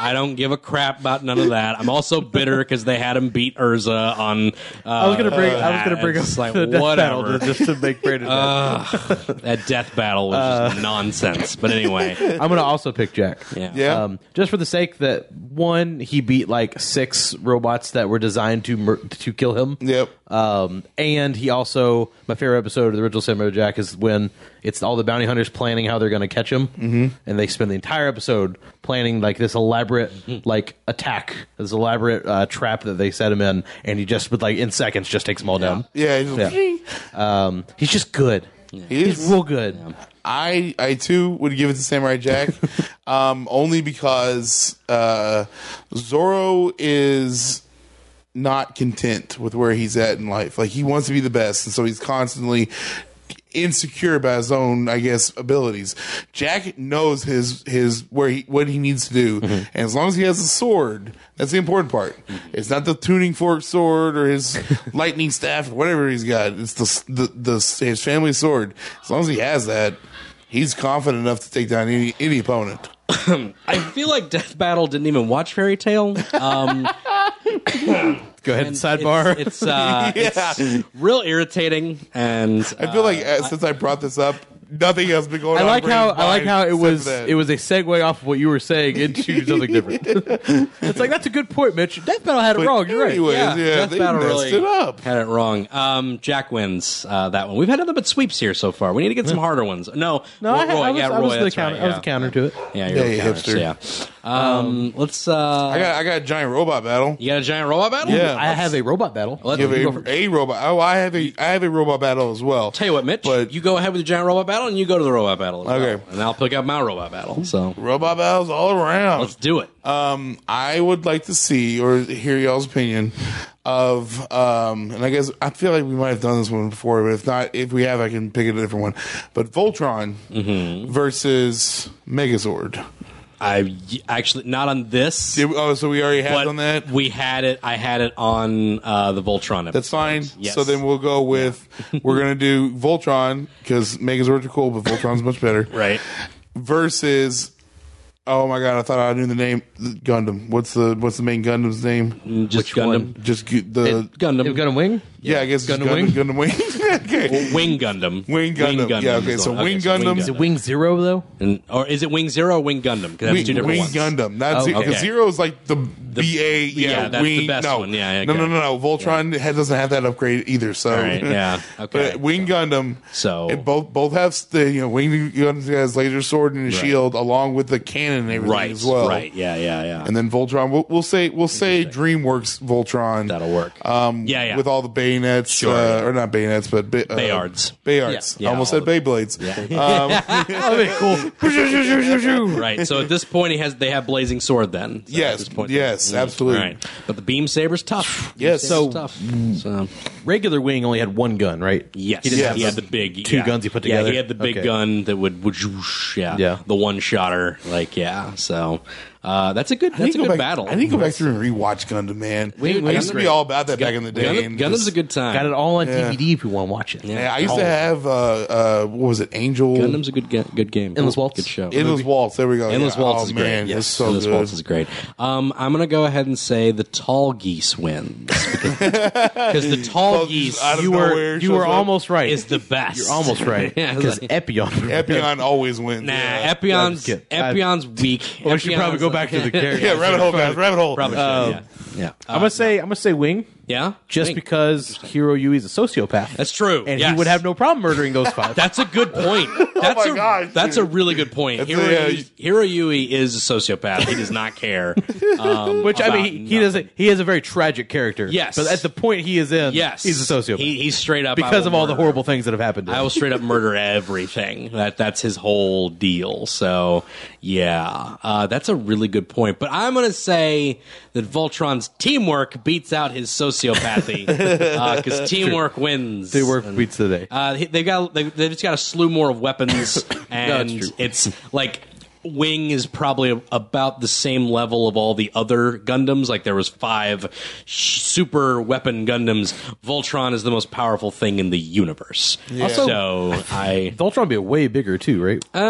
I don't give a crap about none of that. I'm also bitter because they had him beat Urza on. Uh,
I was gonna bring. I was gonna
that.
bring up
It's like
the death battle
whatever. Uh,
to- just to make Brandon.
that death battle was
Uh.
just nonsense. But anyway,
I'm gonna also pick Jack.
yeah.
yeah.
Um, just for the sake that one, he beat like six robots that were designed to mur- to kill him.
yep.
uh,
Um, and he also, my favorite episode of the original Samurai Jack is when it's all the bounty hunters planning how they're going to catch him, mm-hmm. and they spend the entire episode planning like this elaborate
Mm-hmm.
like attack, this elaborate uh, trap that they set him in, and he just with like in seconds just takes them all down.
yeah. he's-
Um, he's just good.
He
He's
is
real good.
I I too would give it to Samurai Jack, um, only because uh, Zoro is not content with where he's at in life. Like he wants to be the best, and so he's constantly insecure about his own, I guess, abilities. Jack knows his his where he what he needs to do,
Mm-hmm.
and as long as he has a sword, that's the important part. It's not the tuning fork sword or his lightning staff or whatever he's got. It's the the, the his family sword. As long as he has that, he's confident enough to take down any any opponent.
I feel like Death Battle didn't even watch Fairy Tale. Um,
Go ahead,
and
sidebar.
It's, it's, uh, it's real irritating, and
I feel like uh, since I brought this up, nothing else been going
I
on.
like
in
how
Brandon's
I like
mind
how it
except
was
for that.
it was a segue off of what you were saying into something different. it's like that's a good point, Mitch. Death Battle had it
But
wrong. You're right.
anyways, yeah,
Death
they
Battle
messed
really
it up.
had it wrong. Um, Jack wins uh, that one. We've had nothing but sweeps here so far. We need to get some harder ones. No,
No, I,
Roy,
I was,
yeah,
I
Roy,
was the
that's
counter.
right,
I was
yeah.
the counter to it.
Yeah, you're
Yeah,
the
you
counter, so yeah. Um, let's. Uh,
I got I got a giant robot battle.
you got a giant robot battle?
Yeah.
I have a robot battle.
Well,
You
you go
have
first.
a, a robot. Oh, I have a I have a robot battle as well.
Tell you what, Mitch,
But
you go ahead with the giant robot battle, and you go to the robot battle. as
Okay.
well. and I'll pick up my robot battle. So
robot battles all around.
let's do it.
Um, I would like to see or hear y'all's opinion of, um, and I guess I feel like we might have done this one before, but if not, if we have, I can pick a different one. But Voltron
Mm-hmm.
versus Megazord.
I actually not on this.
Did we- oh, so we already had
but
on that.
we had it. I had it on uh, the Voltron. Episode.
That's fine.
Yes.
So then we'll go with we're gonna do Voltron because Megazords are cool, but Voltron's much better.
right.
Versus. Oh my god! I thought I knew the name Gundam. What's the what's the main Gundam's name?
Just Gundam.
Just gu- the
Gundam.
You've got a wing.
Yeah, I guess
Gundam
Gundam, Gundam Wing. Wing. okay.
Well, Wing Gundam.
Wing Gundam. Yeah, okay,
is the
so
one.
Wing Gundam-
Is it Wing Zero though?
And- or is it Wing Zero or Wing Gundam? Because that's
Wing,
two different
Wing
ones. Oh,
Gundam. Not Ze- 'cause
okay.
Zero is like the, BA. Yeah,
yeah, that's the
Wing.
best
no.
one. Yeah, yeah,
no,
okay.
no, no, no. Voltron ha- doesn't have that upgrade either. So
right, yeah, okay,
but Wing Gundam.
So-
it both both have s- the you know Wing Gundam has laser sword and a shield along with the cannon and everything
Right.
as well.
Right. Yeah. Yeah. Yeah.
And then Voltron. We'll, we'll say we'll say DreamWorks Voltron.
That'll work.
Um,
Yeah, yeah.
With all the bayonets,
Sure.
uh, or not bayonets, but ba- uh,
Bayards.
Bayards.
Yeah.
I almost
Yeah,
said Beyblades. Um,
right. So at this point, he has they have blazing sword. Then. So At this
yes,
point, Mm,
yes,
All
absolutely.
right. But the beam saber's tough. Beam
Yes.
saber's
So-
tough. So.
Regular wing only had one gun, right?
Yes,
He didn't
Yes.
have
he had the big
two
yeah.
guns he put
Yeah,
together?
he had the big
Okay.
gun that would, whoosh, whoosh, yeah,
Yeah.
the one shotter, like yeah. So Uh, that's a good.
I need
That's
to
a good
back,
battle.
I need to go back through and rewatch Gundam Man.
Dude,
I used
Gundam-
to be all about that back in the day.
Gundam,
and
Gundam's
just-
a good time.
Got it all on
Yeah.
DVD if you want to watch it.
Yeah, I used to have uh, uh, what was it? Angel
Gundam's a good ga- good game.
Endless Waltz.
Good show.
Endless Waltz. There we go.
Endless
Yeah.
Waltz
oh,
is great.
man,
yes.
It's so
Endless
good.
Waltz is great. Um, I'm going to go ahead and say the tall geese wins because the tall
Well,
geese
out of
You
nowhere,
were you
shows
were
up.
almost right.
is the best.
You're almost right.
Yeah,
Because
like-
Epion.
Epion always wins.
Nah,
yeah.
I'm
Epion's
just kidding. I-
Epion's weak.
Well, we should
Epion's
probably go
like-
back to the character.
yeah, rabbit hole, guys. Rabbit hole.
Probably should, yeah. Yeah.
I'm gonna say I'm gonna say Wing,
yeah.
just
Wing.
because Hero Yui's a sociopath.
that's true.
and
yes.
he would have no problem murdering those five.
That's a good point. That's
my
a
gosh,
that's
dude.
a really good point.
That's
Hiro,
a- yeah.
Hiro Yui is a sociopath. He does not care. Um,
Which I
about
mean, he, he
nothing.
doesn't. He is a very tragic character.
Yes.
but at the point he is in,
Yes,
he's a sociopath
He, he's straight up I
because
will
of all the
murder.
horrible things that have happened. to
I
him.
will straight up murder everything. That that's his whole deal. So yeah, uh, that's a really good point. But I'm gonna say that Voltron's teamwork beats out his sociopathy because teamwork wins.
They work beats the day.
Uh, he- they've got they, they've just got a slew more of weapons, and
true.
it's like Wing is probably about the same level of all the other Gundams. Like there was five sh- super weapon Gundams. Voltron is the most powerful thing in the universe.
Also-
so I
Voltron would be way bigger too, right?
uh,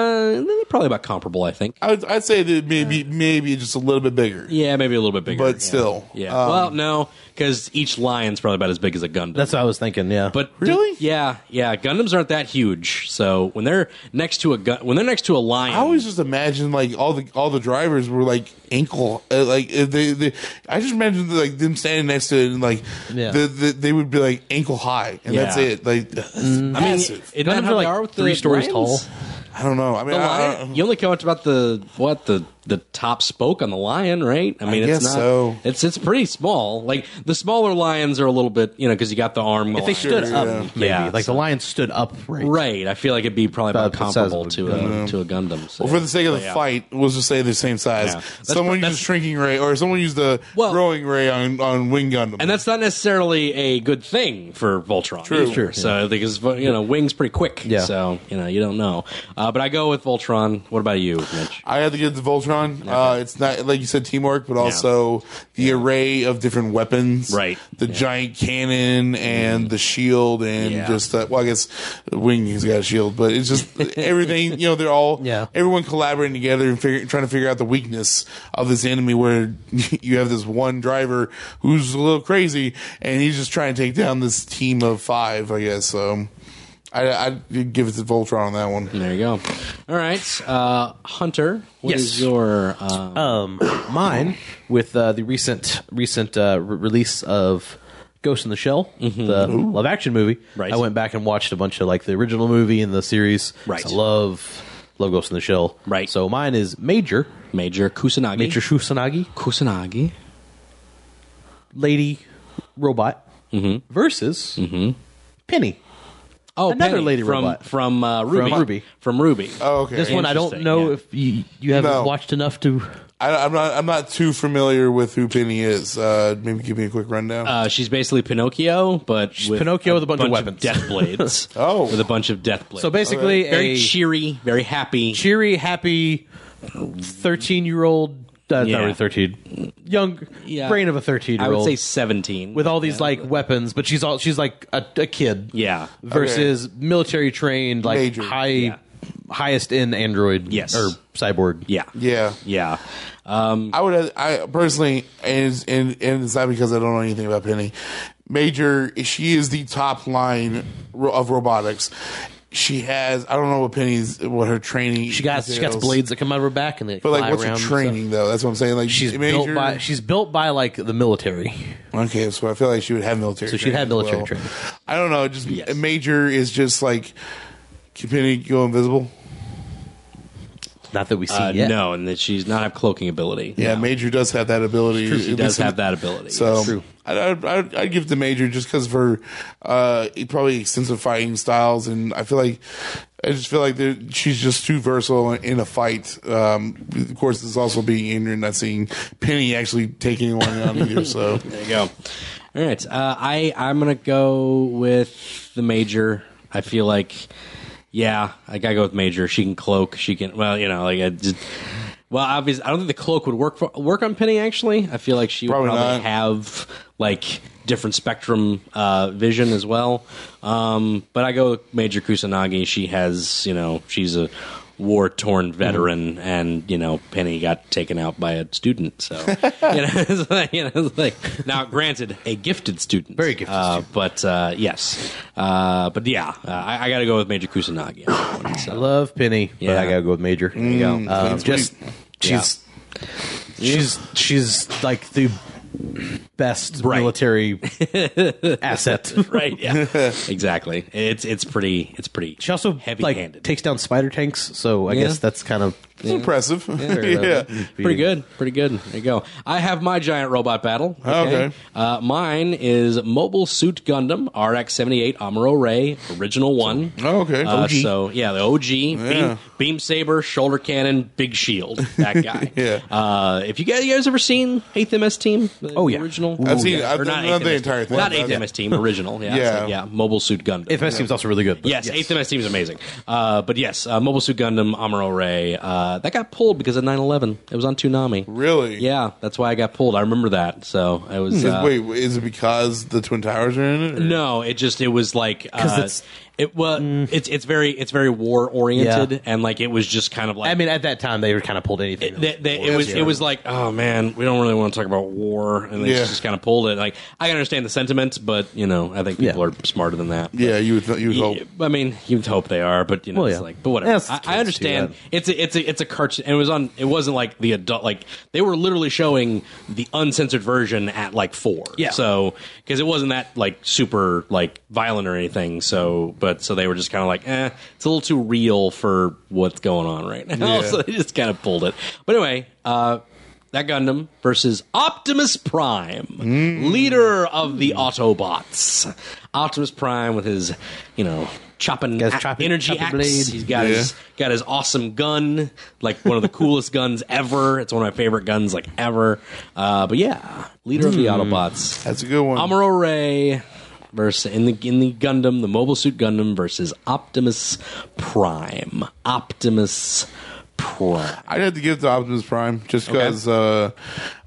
they're probably about comparable. I think.
I would, I'd say that maybe maybe just a little bit bigger,
Yeah, maybe a little bit bigger.
but
yeah.
still,
yeah.
Um,
well, no, because each lion's probably about as big as a Gundam.
That's what I was thinking. Yeah,
But
Really?
d- yeah, yeah. Gundams aren't that huge, so when they're next to a gun, when they're next to a lion,
I always just imagine like all the all the drivers were like ankle uh, like uh, they, they I just imagine like them standing next to it and like
Yeah.
the, the, they would be like ankle high and that's
Yeah.
it like that's
I mean,
massive.
isn't that how
Gundams are
they
like
are with the
three stories
lions?
tall.
I don't know I mean
The
I,
lion, Uh, uh-huh. you only care about the what the the top spoke on the lion, right? I mean,
guess
it's not
so.
it's it's pretty small. Like the smaller lions are a little bit, you know, because you got the arm.
if they stood
Sure,
up,
yeah.
maybe
Yeah,
like
so-
the lion stood up, right?
right, I feel like it'd be probably about
About the size
comparable
of a
to a to a Gundam. so-
Well, for the sake of the
Yeah.
fight, we'll just say they're the same size.
Yeah. That's-
someone
that's-
used a shrinking ray, or someone used a
Well-
growing ray on, on Wing Gundam.
and that's not necessarily a good thing for Voltron.
True.
either.
True.
So because you know, wings pretty quick.
Yeah.
So you know, you don't know. Uh, but I go with Voltron. What about you, Mitch?
I had to get the Voltron. Uh, it's not like you said teamwork, but also the array of different weapons,
Right. Mm.
The giant cannon and the shield, and
Yeah.
just uh, well, I guess Wing's got a shield, but it's just everything. You know, they're all
Yeah.
Everyone collaborating together and figure, trying to figure out the weakness of this enemy. Where you have this one driver who's a little crazy, and he's just trying to take down this team of five. I guess so. I, I'd give it to Voltron on that one.
There you go. All right, uh, Hunter. What is
Yes.
your? Uh,
Um, mine with uh, the recent recent uh, re- release of Ghost in the Shell, the live action movie.
Right.
I went back and watched a bunch of like the original movie and the series.
Right.
I love love Ghost in the Shell.
Right.
So mine is Major
Major Kusanagi.
Major Shusanagi,
Kusanagi.
Lady Robot versus Penny.
Oh,
Another
Penny
lady
from
robot.
from uh, Ruby.
Ruby.
From Ruby.
Oh, okay.
This one I don't
Interesting,
know
yeah.
if you, you haven't
No.
watched enough to.
I, I'm not. I'm not too familiar with who Penny is. Uh, maybe give me a quick rundown.
Uh, she's basically Pinocchio, but with
Pinocchio with a bunch of weapons.
death blades.
Oh.
with a bunch of death blades.
So basically,
very
a
cheery, very happy.
cheery, happy, thirteen-year-old. Uh,
Yeah.
Not really thirteen, young
Yeah.
brain of a
I would
thirteen-year-old.
say seventeen
with all these
Yeah.
like weapons, but she's all she's like a, a kid.
Yeah.
Uh,
Versus military trained, like
Major.
high
Yeah.
highest end android.
Yes.
Or cyborg.
Yeah.
yeah,
Yeah. Um,
I would. have- I personally, and it's- and and it's not because I don't know anything about Penny. Major, she is the top line ro- of robotics. She has. I don't know what Penny's what her training.
She got she got
entails.
blades that come out of her back and they
But
fly
like, what's
around
her
and stuff.
training though? That's what I'm saying. Like
She's built by she's built by like the military.
Okay, so I feel like she would have military.
So she'd have
training as
military
well.
training.
I don't know. Just major is just like can Penny go invisible.
Not that we see
uh,
yet.
No, and that she's not have cloaking ability.
Yeah, major does have that ability.
She
At
does
least in-
have that ability.
So
yes.
I'd, I'd, I'd, I'd give the major just because of her uh, probably extensive fighting styles, and I feel like I just feel like there- she's just too versatile in, in a fight. Um, of course, it's also being ignorant, not seeing Penny actually take anyone on either. So
There you go. All right, uh, I I'm gonna go with the major. I feel like, yeah, I gotta go with major. She can cloak. She can. Well, you know, like I just. Well, obviously, I don't think the cloak would work for work on Penny. Actually, I feel like she would
Probably
probably
not.
have like different spectrum uh, vision as well. Um, but I go with Major Kusanagi. She has, you know, she's a war torn
Mm-hmm.
veteran, and you know, Penny got taken out by a student. So you know, it's like, you know, it's like now, granted, a gifted student,
Very gifted
Uh, but uh, yes, uh, but yeah, uh, I, I got to go with Major Kusanagi. on that one, so.
I love Penny, but
Yeah.
I gotta go with Major. There you
go.
Um, just she's she's she's like the best
Right.
military asset.
right yeah exactly it's it's pretty it's pretty
She also
heavy
like
handed
takes down spider tanks, so I
Yeah.
guess that's kind of uh,
It's impressive. Yeah.
pretty good pretty good there you go i have my giant robot battle
Okay.
Uh, mine is mobile suit gundam rx-78 amuro ray original one
Oh, okay.
Uh,
OG.
so yeah the og
Yeah.
beam, beam saber shoulder cannon big shield that guy
Yeah.
uh, if you guys, you guys ever seen 8th ms team the
Oh, yeah.
original
I've seen-
yeah.
I've-
Or
not
8th
the
MS
entire thing.
not
I've-
8th ms team original yeah
Yeah.
yeah. yeah mobile suit gundam
If seems also really good. But
Yes, Eighth MS Team is amazing. Uh, but yes, uh, Mobile Suit Gundam, Amuro Ray, uh, that got pulled because of 9-11. It was on Toonami.
Really?
Yeah, that's why I got pulled. I remember that. So I was.
Is,
Uh,
Hmm. wait, is it because the Twin Towers are in it? or-
No, it just it was like
'Cause
uh,
it's- Mm.
it was it's it's very it's very war oriented
Yeah.
and like it was just kind of like
I mean at that time they were kind of pulled anything.
they, they, it was it was like oh man we don't really want to talk about war and they
Yeah.
just kind of pulled it like I understand the sentiments but you know I think people
Yeah.
are smarter than that
Yeah, you would, th- you would
Yeah,
hope.
I mean, you'd hope they are, but you know,
Well,
it's
yeah.
like, but whatever.
Yeah, it's
I,
kids
I
too,
understand.
yeah.
It's a, it's a, it's a cartoon. And it was on. It wasn't like the adult. Like they were literally showing the uncensored version at like four.
Yeah.
So because it wasn't that like super like violent or anything. So but so they were just kind of like, eh, it's a little too real for what's going on right now.
Yeah.
so they just kind of pulled it. But anyway. uh that Gundam versus Optimus Prime, leader of
Hmm.
the Autobots. Optimus Prime with his, you know, chopping,
Got his
a-
chopping-
energy
chopping
axe.
blade.
He's got
Yeah.
his got his awesome gun, like one of the coolest guns ever. It's one of my favorite guns, like ever. Uh, but yeah, leader of the Autobots.
Hmm. That's a good one.
Amuro Ray versus in the in the Gundam, the Mobile Suit Gundam versus Optimus Prime. Optimus Prime.
I'd have to give it to Optimus Prime just because, uh,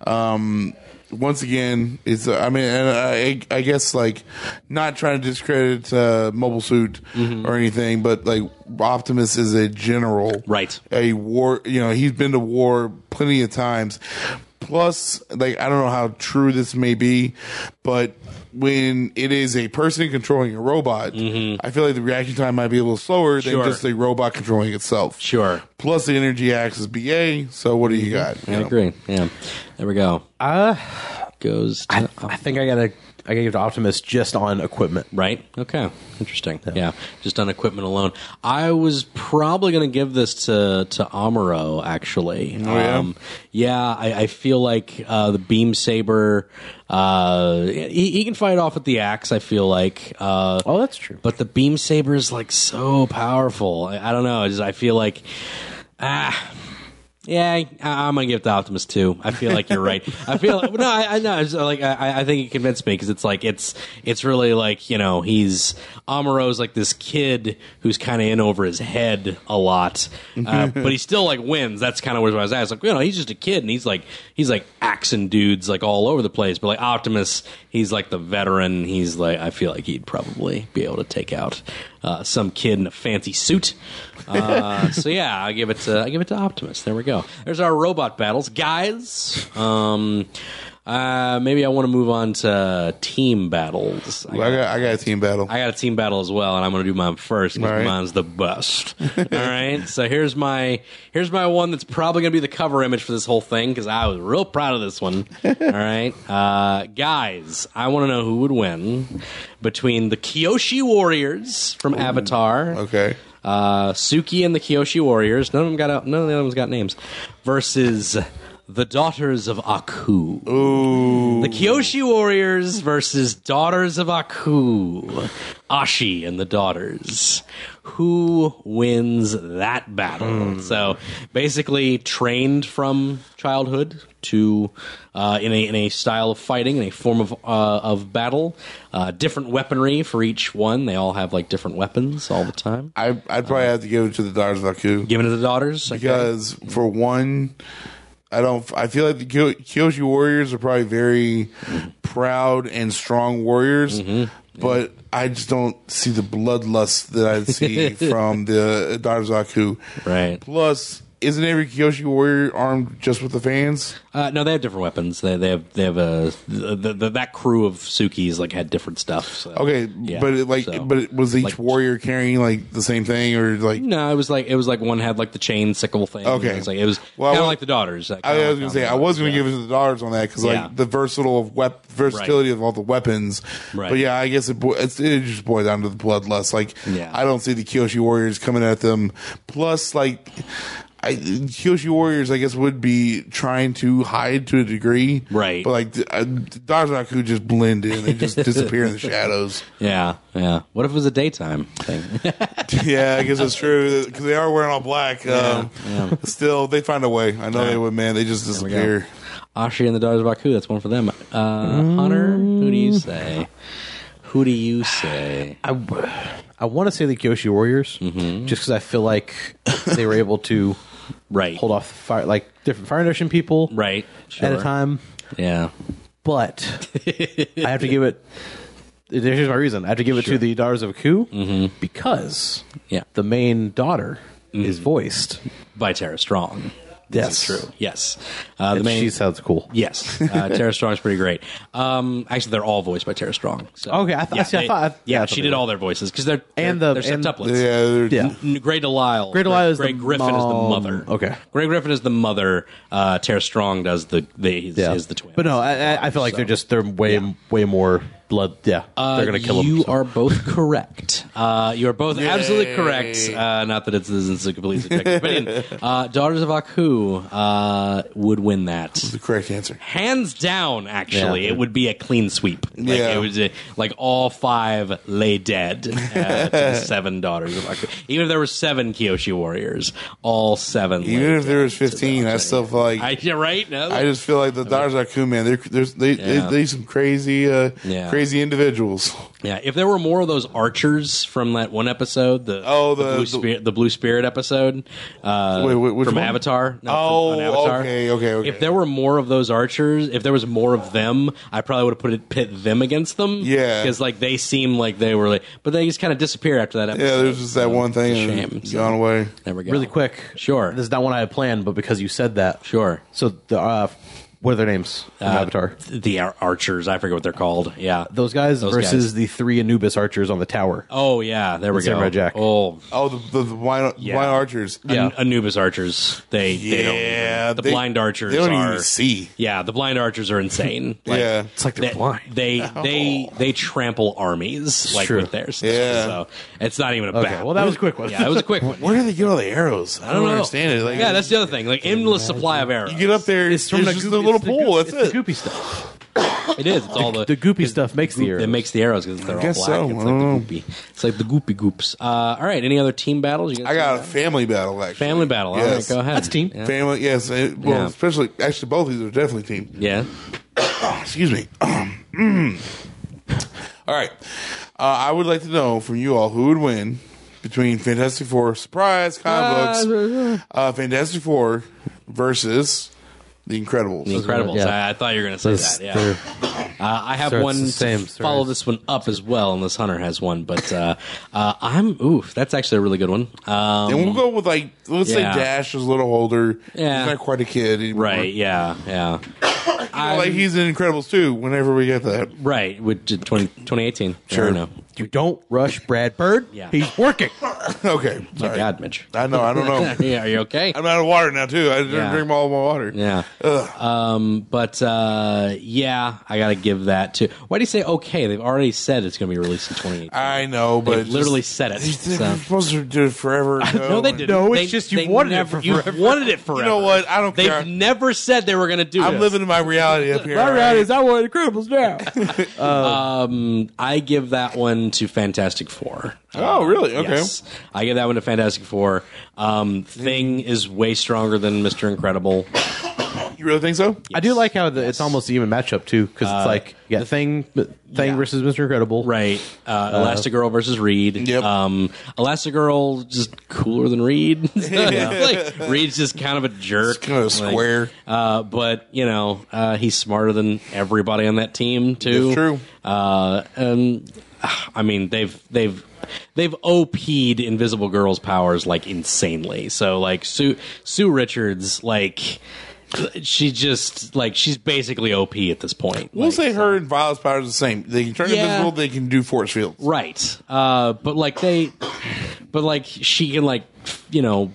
um, once again, it's, uh, I mean, and I, I guess, like, not trying to discredit uh, Mobile Suit
Mm-hmm.
or anything, but, like, Optimus is a general.
Right.
A war, you know, he's been to war plenty of times. Plus, like, I don't know how true this may be, but when it is a person controlling a robot, I feel like the reaction time might be a little slower
Mm-hmm. Sure.
than just a robot controlling itself
Sure.
plus the energy axe is BA. So what do you got? You
I
know?
agree. Mm-hmm. Yeah. There we go. Uh goes to oh,
I, I think I gotta I gotta give it to Optimus just on equipment.
right. Okay. Interesting. Yeah. Just on equipment alone. I was probably going to give this to to Amuro actually. Um,
yeah?
Oh, yeah, I, I feel like uh, the beam saber uh, he, he can fight off with the axe, I feel like. Uh
Oh, that's true.
but the beam saber is like so powerful. I, I don't know. I just- I feel like ah. Yeah, I, I'm gonna give it to Optimus too. I feel like you're right. I feel like, no, I, I know. It's like I, I think you convinced me because it's like it's it's really like you know he's Amuro's like this kid who's kind of in over his head a lot, uh, but he still like wins. That's kind of where I was at. It's like you know he's just a kid and he's like he's like axing dudes like all over the place. But like Optimus, he's like the veteran. He's like I feel like he'd probably be able to take out uh, some kid in a fancy suit. Uh, so yeah, I give it to I give it to Optimus. There we go. There's our robot battles, guys. Um, uh, maybe I want to move on to team battles. I
I
got,
got, I got a team battle.
I got a team battle as well, and I'm going to do mine first because
All right.
mine's the best. All right, so here's my here's my one that's probably going to be the cover image for this whole thing because I was real proud of this one. All right, uh, guys, I want to know who would win between the Kyoshi Warriors from Avatar.
okay.
Uh, Suki and the Kyoshi Warriors. None of them got out, none of the other ones got names. Versus The Daughters of Aku. The Kyoshi Warriors versus Daughters of Aku. Ashi and the Daughters. Who wins that battle? So basically, trained from childhood to uh, in a in a style of fighting, in a form of uh, of battle, uh, different weaponry for each one. They all have like different weapons all the time.
I, I'd probably have to give it to the Daughters of Aku.
Given to the daughters, okay.
because for one i don't i feel like the Kyo- kyoshi warriors are probably very
Mm-hmm.
proud and strong warriors but i just don't see the bloodlust that i see from the daughters of aku
right?
plus isn't every kyoshi warrior armed just with the fans
Uh, no, they have different weapons. They they have they have a the, the, that crew of Sukis like had different stuff. So.
okay
Yeah,
but it, like
so.
but it, was each
Like-
warrior carrying like the same thing or like
No, it was like it was like one had like the chain sickle thing.
Okay.
it was like it was
Well, I
kind of
was-
like the daughters. Like,
I
kinda
was
like
gonna
how
say
the
I was
daughters,
gonna
yeah.
give it to the daughters on that because
Yeah.
like the versatile of wep- versatility of all the weapons.
Right.
But yeah, I guess it bo- it's, it just boils down to the bloodlust. Like
Yeah.
I don't see the Kyoshi Warriors coming at them. Plus, like I, Kyoshi Warriors, I guess would be trying to hide to a degree,
Right.
But like the, uh, the Dazraku just blend in; they just disappear in the shadows.
Yeah, yeah. What if it was a daytime thing?
yeah, I guess that's true because they are wearing all black. um, Still, they find a way. I know they would, man. They just
we go.
disappear.
Ashi and the daughters of Baku. That's one for them. Uh, Hunter, who do you say? Who do you say?
I, want to say the Kyoshi Warriors,
Mm-hmm.
just because I feel like they were able to
Right,
hold off the fire, like different Fire Nation people
Right,
at
sure.
a time.
Yeah,
But I have to give it. Here's my reason: I have to give it to the Daughters of Aku
Mm-hmm.
because
yeah.
the main daughter is voiced.
By Tara Strong.
Yes,
Mm-hmm. True. Yes. Uh, the
And
main.
she sounds cool.
Yes, uh, Tara Strong's pretty great. Um, actually, they're all voiced by Tara Strong. So.
Okay, I thought- see, I thought- I-
yeah,
yeah, I thought
she
they
did
were.
all their voices because they're, they're
And the-
they're
and-
septuplets.
Yeah, they're-
Yeah.
N- Gray Delisle.
Gray Delisle is
Gray
the
Griffin
mom.
is the mother.
Okay.
Gray Griffin is the mother. Uh, Tara Strong does the, the is, is the twin.
But no, I, I- I feel like they're just they're way way more blood. Yeah, they're gonna kill
Uh, You
them.
are both correct. Uh, you are both absolutely correct. Uh, not that it's this is a completely subjective opinion. Uh, Daughters of Aku uh, would win that.
The correct answer.
hands down actually
Yeah.
it would be a clean sweep like
Yeah.
it was a, like all five lay dead uh, to the seven daughters of Aku. even if there were seven kyoshi warriors all seven lay
Even if there
dead
was
to the
15, I
Daughters.
still feel like
I,
I,
you're right no
just feel like the Daughters of Aku, man, they're, there's they,
Yeah.
they they some crazy uh,
Yeah.
crazy individuals.
yeah if there were more of those archers from that one episode the
Oh, the-
blue
the-
spirit the blue spirit episode uh
Wait, wait, which
from
one?
avatar no,
Oh,
from, on avatar.
okay, okay, okay.
if there were more of those archers if there was more of them i probably would have put it pit them against them
Yeah.
because like they seem like they were like but they just kind of disappeared after that episode
yeah, there's just that one thing
it's a
and
shame,
it's
so.
gone away.
there we go
really quick.
Sure.
this is not one I had planned, but because you said that,
sure Uh,
So the uh, what are their names? from Avatar.
the ar- archers i forget what they're called yeah
Those guys
Those
versus
guys.
the three Anubis archers on the tower.
oh yeah there we
The
go
Samurai Jack.
oh
Oh, the the, the blind,
Yeah.
blind archers.
An-
Yeah.
Anubis archers. They, they don't.
Yeah,
Even, the
they-
blind archers
they don't even
are
see.
Yeah, the blind archers are insane. Like,
yeah,
It's like they're
They,
blind.
they they they trample armies like
true.
with theirs. stuff.
Yeah.
So it's not even a
Okay,
battle.
well, that was a quick one.
Yeah, it was a quick one.
where do they get all the arrows? I don't,
I don't know.
understand it. Like,
yeah, that's the other thing. Like endless supply of arrows.
you get up there. It's, just a little pool.
it's
that's
The
it.
goopy stuff.
It is. It's all the,
The goopy stuff makes the arrows.
It makes the arrows because they're all black.
guess so. Mm.
It's
I don't know.
like the goopy. It's like the goopy goops. Uh, all right. Any other team battles? You guys
I got a
have?
family battle. Actually,
family battle. All right,
Yes.
go ahead.
That's team.
Yeah.
Family, yes. it- well,
Yeah.
especially actually, both of these are definitely team.
yeah.
excuse me. all right. Uh, I would like to know from you all who would win between Fantastic Four, surprise,
Ah,
comic books, uh, Fantastic Four versus The Incredibles.
The Incredibles.
Yeah.
I, I thought you were going to say
That's-
that. Yeah. Uh, I have
Sir, it's
one
the same,
to
sir.
follow this one up as well, unless Hunter has one. But uh, uh, I'm oof. That's actually a really good one. Um,
And we'll go with like let's
Yeah.
say Dash is a little older.
Yeah.
He's not quite a kid anymore.
right? Yeah. Yeah.
Like
I'm-
he's in Incredibles too. Whenever we get that,
right. With 20, 2018. Sure.
Sure.
No.
You don't rush Brad Bird.
Yeah.
He's working.
Okay,
My
sorry.
God, Mitch.
I know. I don't know.
yeah, are you okay?
I'm out of water now too. I didn't
Yeah.
drink all my water.
Yeah. Um, but uh, yeah, I gotta give that to. Why do you say okay? They've already said it's gonna be released in 2018.
I know, but
They literally
just-
said it,
They
so.
are supposed to do it forever. ago.
no, they didn't.
No, it's
They-
just you
they
wanted it
never-
for
you
forever.
wanted it forever.
know what? I don't
They've
care.
never said they were gonna do.
I'm
this.
living in my reality up here.
My
all
round
right?
is I want the Incredibles now.
Um, I give that one to Fantastic Four.
Oh, really? Okay.
Yes. I give that one to Fantastic Four. Um, Thing is way stronger than Mister Incredible.
You really think so?
I do like how the, it's almost an even matchup too, because it's like yeah, thing thing
yeah.
versus Mr. Incredible.
Right. Uh, Elastigirl versus Reed.
Uh-huh. Yep.
Um, Elastigirl just cooler than Reed. It's like, Reed's just kind of a jerk.
Just kinda square.
Uh, but, you know, uh, he's smarter than everybody on that team, too.
That's true.
Uh, and, ah, I mean, they've, they've, They've OP'd Invisible Girl's powers like insanely. So like Sue Sue Richards, like she just like she's basically OP at this point.
We'll
Like,
say her and Violet's power is the same. They can turn
Yeah.
invisible. They can do force fields.
Right. Uh, but like they, but like she can like you know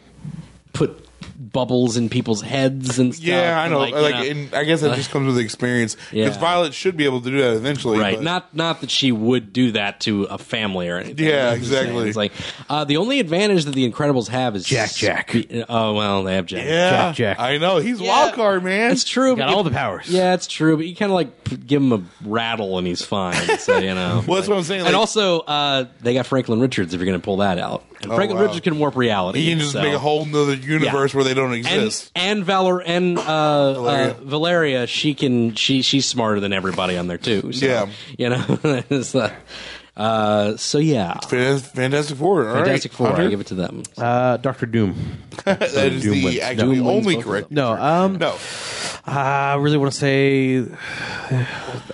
put bubbles in people's heads and stuff.
Yeah, I
and,
know.
Like,
Like,
you know,
and I guess that just comes with experience.
Yeah.
Because Violet should be able to do that eventually.
right.
but-
Not not that she would do that to a family or anything.
Yeah,
I'm just saying.
exactly.
It's like uh, the only advantage that the Incredibles have is
Jack, Jack.
spe- oh well, they have Jack.
Yeah,
Jack, Jack.
I know he's
Yeah.
wild card man.
It's true.
Got
but
all
you-
the powers.
Yeah, it's true. But you kind of like p- give him a rattle and he's fine. So you know.
Well, that's what I'm saying.
and
like,
also, uh, they got Franklin Richards. If you're going to pull that out, and Franklin
Oh, wow.
Richards can warp reality.
he can just
so-
make a whole nother universe
Yeah.
where they don't
and
exist.
and Valor and uh, Valeria.
Valeria.
Uh, Valeria, she can she she's smarter than everybody on there too. So,
Yeah.
you know. it's, uh, uh, so yeah,
Fan- Fantastic Four. all right.
Fantastic Four. I
Hunter?
give it to them.
Uh, Doctor Doom.
that is
Doom
the
wins.
actually
Doom wins
only
both of
correct.
No, um,
No,
I really want to say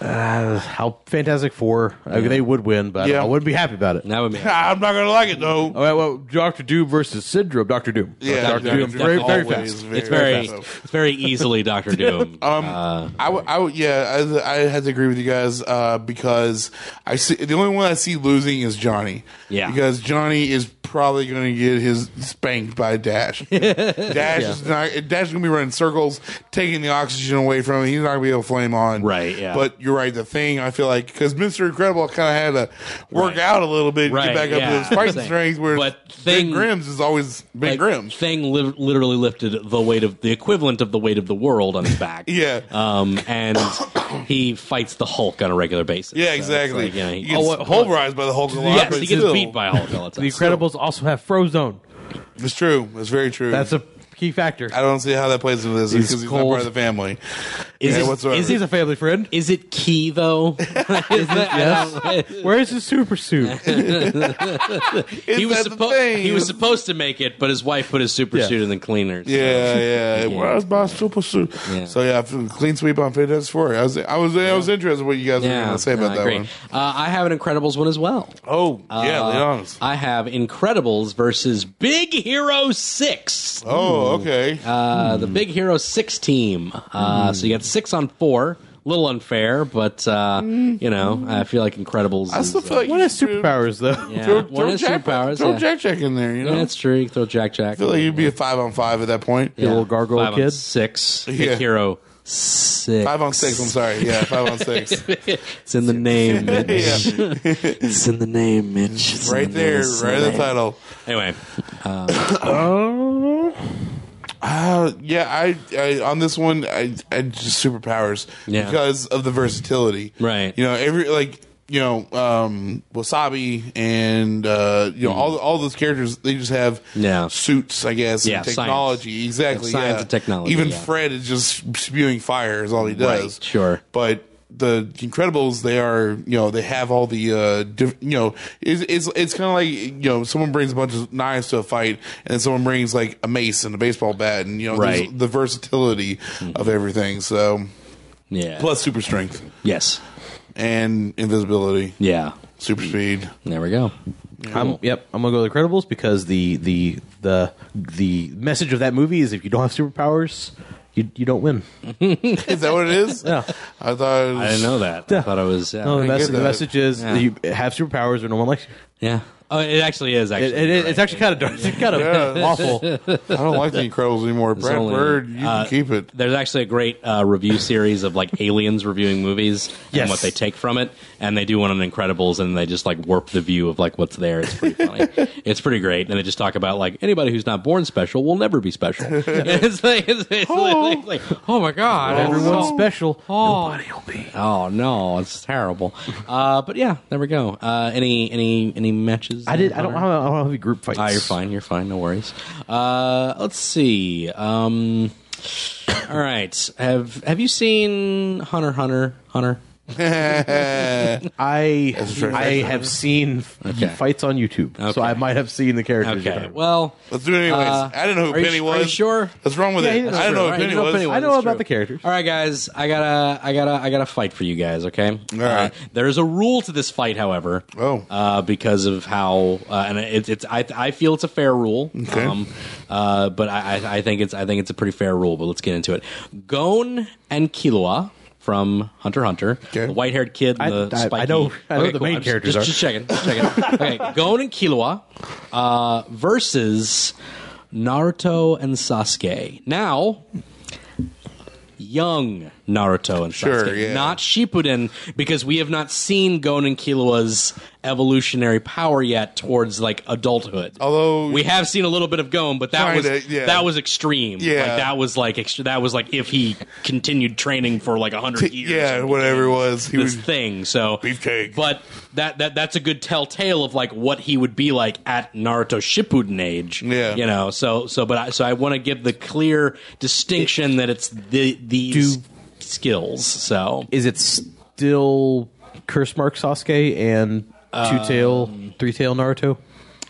uh, how Fantastic Four uh, they would win, but
Yeah.
I wouldn't be happy about it.
That would be
I'm not gonna like it though.
All right, well, Doctor Doom versus Syndrome. Doctor Doom.
Yeah,
Doctor
Dr.
Doom.
Doom
Very, very
always
fast.
very
it's very
fast.
it's very easily Doctor Doom.
Um,
Uh,
I would, I would, yeah, I, I had to agree with you guys uh, because I see the only one I see losing is Johnny.
Yeah.
because Johnny is probably going to get his spanked by Dash. Dash is not. Dash is going to be running circles, taking the oxygen away from him. He's not going to be able to flame on.
Right, yeah.
But you're right. The thing I feel like because Mister Incredible kind of had to work out a little bit,
Right,
get back up
yeah.
to his fighting
Same.
strength. Where
But
Ben
Thing-
Grimm's is always Ben
Like,
Grimm's.
Thing li- literally lifted the weight of the equivalent of the weight of the world on his back.
Yeah.
Um, and he fights the Hulk on a regular basis.
yeah,
So it's
exactly.
like, you know, he
he
gets-
gets pulverized by the Hulk a lot.
yes,
but
he gets
still-
beat by Hulk all the time.
The Incredibles also have Frozone.
It's true. It's very true.
That's a key factor.
I don't see how that plays into this
He's
because he's not
cold.
part of the family.
Is
Yeah,
it-
whatsoever.
is
He's
it-
a family friend.
Is it key though? Is that- I don't-
Where is his super suit?
he was
Is that the
supposed
thing?
he was supposed to make it, but his wife put his super
Yeah.
suit in the cleaners.
Yeah, yeah. Where's my super suit?
Yeah.
So yeah, f- clean sweep on Fantastic Four. I was, I was, I was interested in what you guys were going to say
no,
about
I
that
agree.
one.
Uh, I have an Incredibles one as well.
Oh yeah,
Uh,
Leon's.
I have Incredibles versus Big Hero Six.
Oh okay.
Uh, the Big Hero Six team. Uh,
Hmm.
So you got six on four. A little unfair, but uh, you know, I feel like Incredibles.
Hmm. I
is,
still feel
uh,
like
What
you
is
should
superpowers though?
yeah.
Throw,
one
throw,
is
Jack,
superpowers.
throw
yeah.
Jack Jack in there. You know,
Yeah, that's true. You can throw Jack Jack.
I feel like you'd be a five on five at that point.
The little gargoyle
Five on
kid.
six. Big
Yeah.
Hero six.
Five on six. I'm sorry. Yeah, five on six.
It's in the name, Mitch.
yeah,
It's in the name, Mitch. It's in
right
the
there,
name.
right in the title.
Anyway,
Oh.
Uh, yeah, I, I on this one, I, I just superpowers
Yeah.
because of the versatility,
Right.
You know, every like you know um, Wasabi and uh, you know all all those characters they just have
Mm. Yeah.
suits, I guess,
Yeah,
and
science.
technology, exactly,
Science
yeah.
and technology,
Even
yeah.
Fred is just spewing fire is all he does,
Right, sure.
but. The Incredibles, they are, you know, they have all the, uh, diff- you know, it's it's, it's kind of like, you know, someone brings a bunch of knives to a fight, and then someone brings like a mace and a baseball bat, and you know, there's
Right.
the versatility of everything. So
yeah.
plus super strength
yes.
and invisibility,
Yeah.
super speed.
There we go.
I'm, yep, I'm gonna go with the Incredibles because the the the the message of that movie is if you don't have superpowers, you you don't win.
Is that what it is?
Yeah.
I thought it was,
I didn't know that. I thought I was. uh, Yeah.
No, the,
get
message, the
that.
message is
Yeah.
you have superpowers or no one likes you.
yeah. Oh, it actually is. Actually,
It, it,
you're
It's
right.
actually kind of dark. It's kind of
Yeah.
awful.
I don't like the Incredibles anymore. Brad
only,
Bird, you
uh,
can keep it.
There's actually a great uh, review series of like aliens reviewing movies and
Yes.
what they take from it, and they do one on Incredibles, and they just like warp the view of like what's there. It's pretty funny. it's pretty great, and they just talk about like anybody who's not born special will never be special. And it's like, it's, it's like, it's like, oh my god,
Everyone's
so-
special.
Oh.
Nobody will be.
Oh no, it's terrible. Uh, but yeah, there we go. Uh, any any any matches?
I did. I don't. I
Hunter?
don't, I don't have any group fights.
Ah, you're fine. You're fine. No worries. Uh, let's see. Um, all right. Have Have you seen Hunter x Hunter Hunter?
I
true.
I have seen
Okay.
fights on YouTube,
Okay.
so I might have seen the characters. you're
Okay.
talking about.
Well,
Let's do it anyways.
uh,
I didn't know who
are you-
Penny
are
was.
you sure?
What's wrong with
Yeah,
it?
he-
I don't know
Right,
who Penny
you know
was.
Penny
I know
That's
about
true.
the characters.
All right, guys. I gotta, I gotta, I gotta fight for you guys. Okay. Uh,
right.
there is a rule to this fight, however.
Oh.
Uh, because of how, uh, and it, it's, I, I feel it's a fair rule.
Okay.
uh, but I, I, I think it's, I think it's a pretty fair rule. But let's get into it. Gon and Killua from Hunter x Hunter,
Okay.
the white-haired kid, and
I-
the
I- I
spiky.
know- I know the main
I'm just-
characters
just,
are.
Just checking. Just checking. okay, Gon and Killua uh, versus. Naruto and Sasuke. Now, young Naruto and
Sure,
Sasuke,
yeah.
not Shippuden, because we have not seen Gon and Killua's evolutionary power yet towards like adulthood.
Although-
we have seen a little bit of Gon, but that was
Kinda, yeah.
that was extreme.
Yeah.
like, that was like extra, that was like if he continued training for like hundred years.
Yeah,
and
whatever it was. He
this
was
thing. So
Beefcake.
But that that that's a good telltale of like what he would be like at Naruto Shippuden age.
Yeah.
you know. So so but I, so I want to give the clear distinction that it's the these
Do-
skills. So
Is it still curse mark Sasuke and two tail,
Um,
three tail Naruto?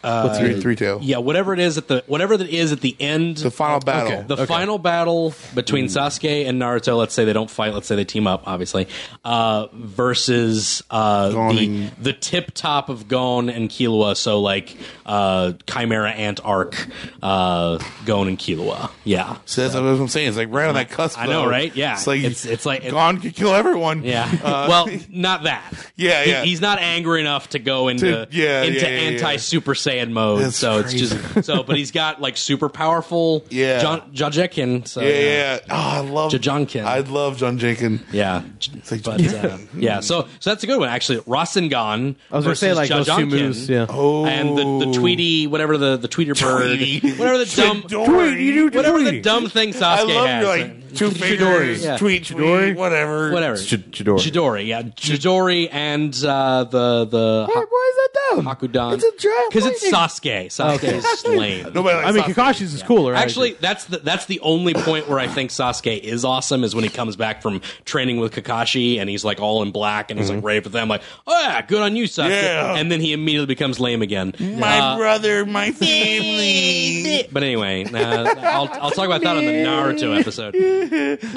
uh, three, three tail.
yeah, whatever it is at the whatever that is at the end.
The final battle. Mm.
The final battle between Sasuke and Naruto, let's say they don't fight, let's say they team up, obviously, uh, versus uh,
Gon
the,
and-
the tip top of Gon and Killua. So, like, uh, Chimera Ant arc, uh, Gon and Killua. Yeah.
So that's what I'm saying. It's like right on that cusp.
I know,
though.
right? Yeah.
It's like
It's- it's like-
Gon could kill everyone.
Yeah.
Uh,
well, not that.
Yeah,
He-
yeah.
he's not angry enough to go into
To- yeah,
into
yeah, yeah, yeah.
anti Super Saiyan mode.
That's
so
crazy.
it's just so, but he's got like super powerful.
Yeah.
John, Jajekin. So,
yeah, yeah. Oh, I love
Jajonkin.
I love John Jenkin.
Yeah,
like-
but, uh, yeah. So, so that's a good one actually. Rasengan.
I was gonna say like those two
Jajankin.
moves. Yeah.
Oh,
And the, the Tweety, whatever the the Tweeter bird,
Tweety.
whatever the dumb,
Tweety.
whatever the dumb thing Sasuke
I love
has, uh,
your
right?
like two fingers,
Yeah.
tweet, tweet, whatever,
whatever.
Ch- Chidori.
Chidori, yeah, Chidori, and uh, the the ha-
why is that
Hakudan.
It's a giant
because it's Sasuke. Sasuke is lame.
Nobody. Likes
I mean,
Sasuke.
Kakashi's is cooler. right?
Actually, that's the that's the only point where I think Sasuke is awesome is when he comes back from training with Kakashi and he's like all in black and he's
Mm-hmm.
like ready for them. Like, oh yeah, good on you, Sasuke.
Yeah.
And then he immediately becomes lame again.
my
Uh,
brother, my family.
but anyway, uh, I'll, I'll talk about that on the Naruto episode.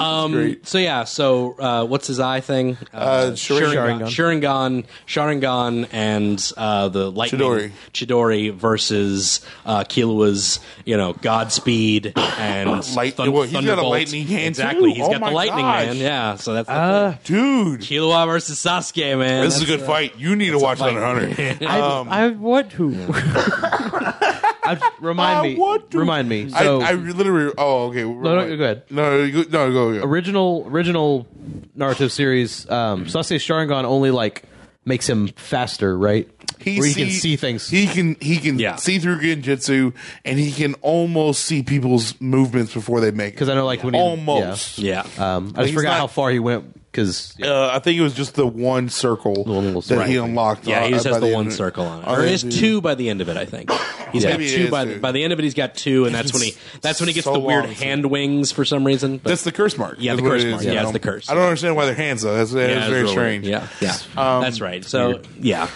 Um, so yeah, so uh, what's his eye thing? Uh,
Sharingan.
Sharingan, Sharingan, and uh, the lightning
Chidori.
Chidori versus uh, Killua's, you know, Godspeed and
Light-
Thun-
well, he's got a
Thunderbolt.
lightning hand,
Exactly,
too.
he's
Oh
got
my
the lightning
gosh.
hand. Yeah, so that's the thing.
Dude,
Killua versus Sasuke, man.
this is
uh, That's-
a good fight. You need to watch Hunter x Hunter.
I, I want to. I, remind
I
me.
want to.
Remind me.
I,
So
I literally. Oh, okay.
no, go ahead.
No, you- no, go. go.
original original Naruto series, um, Sasuke Sharingan only like makes him faster, right? Where he can see things.
He can he can
Yeah.
see through genjutsu, and he can almost see people's movements before they make. it.
'Cause I know, like, when he-
almost.
Yeah.
um, I just
he's
forgot
not-
how far he went because
Uh, I think it was just the one circle
one little
that he
circle.
unlocked.
Yeah,
uh,
he just has
by
the, one
end.
circle on it.
Oh,
Or he
yeah,
has
dude.
two by the end of it, I think. He's got
Maybe it
two
is
by
two.
the, by the end of it. He's got two, and that's when he that's when he gets
So
the weird
long, too.
hand wings for some reason. But
That's the curse mark.
Yeah,
is
the
what
curse
it is,
mark.
you
Yeah, it's
know?
the curse.
I don't understand why their hands though. That's, that's
Yeah, it's
very
real weird.
strange.
Yeah, yeah, that's right. So yeah,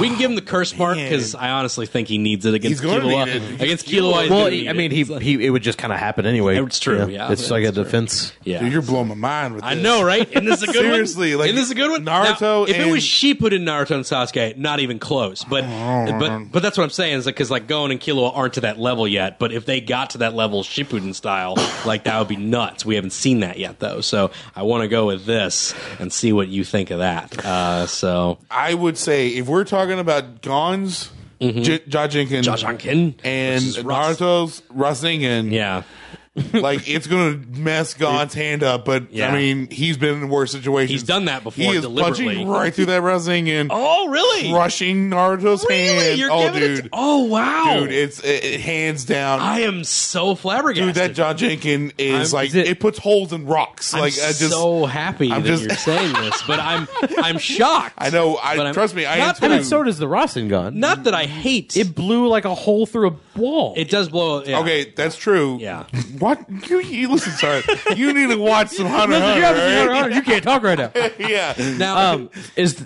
we can give him the curse mark because I honestly think he needs it
Oh, He's
against
gonna
Killua.
need it.
Against Killua, he's
Well,
gonna
he-
need
I
it.
mean, he, he it would just kind of happen anyway.
It's true,
You know?
yeah.
It's like a
That's true.
defense.
yeah.
Dude, you're blowing my mind with
I
this.
know, right? Isn't this a good one?
Seriously, like,
Isn't this a good one?
Naruto
if it
and-
was she put in Naruto and Sasuke, not even close. But
Oh,
but but that's what I'm saying is because like Gon and Killua aren't to that level yet. But if they got to that level Shippuden style, like that would be nuts. We haven't seen that yet though, so I want to go with this and see what you think of that. Uh, so
I would say if we're talking about Gon's, J- Ja Jenkins,
Mm-hmm. Ja Jenkins
and
versus Russ.
Naruto's Rustingen,
yeah,
like it's gonna mess Gon's hand up. But
Yeah.
I mean, he's been in worse situations.
He's done that before
He is
deliberately.
punching right through that Rustingen.
Oh, really?
Crushing Naruto's
really?
hand.
You're
oh,
giving it?
dude.
to- oh, wow,
Dude, it's it, it- hands down.
I am so flabbergasted.
dude, that John Jenkins is
I'm-
like
is
it,
it-
puts holes in rocks. like
I'm
I just
so happy
I'm
that
just-
you're saying this, but I'm I'm shocked.
I know. I
But I'm-
trust me. I
Not
am
that
too.
it's
So does the Rasengan.
Not that I hate it.
It blew like a hole through a wall.
It does blow. yeah.
Okay, that's true.
Yeah.
What you, you listen? Sorry, you need to watch some Hunter x Hunter. right?
you can't talk right now.
yeah.
Now um,
Is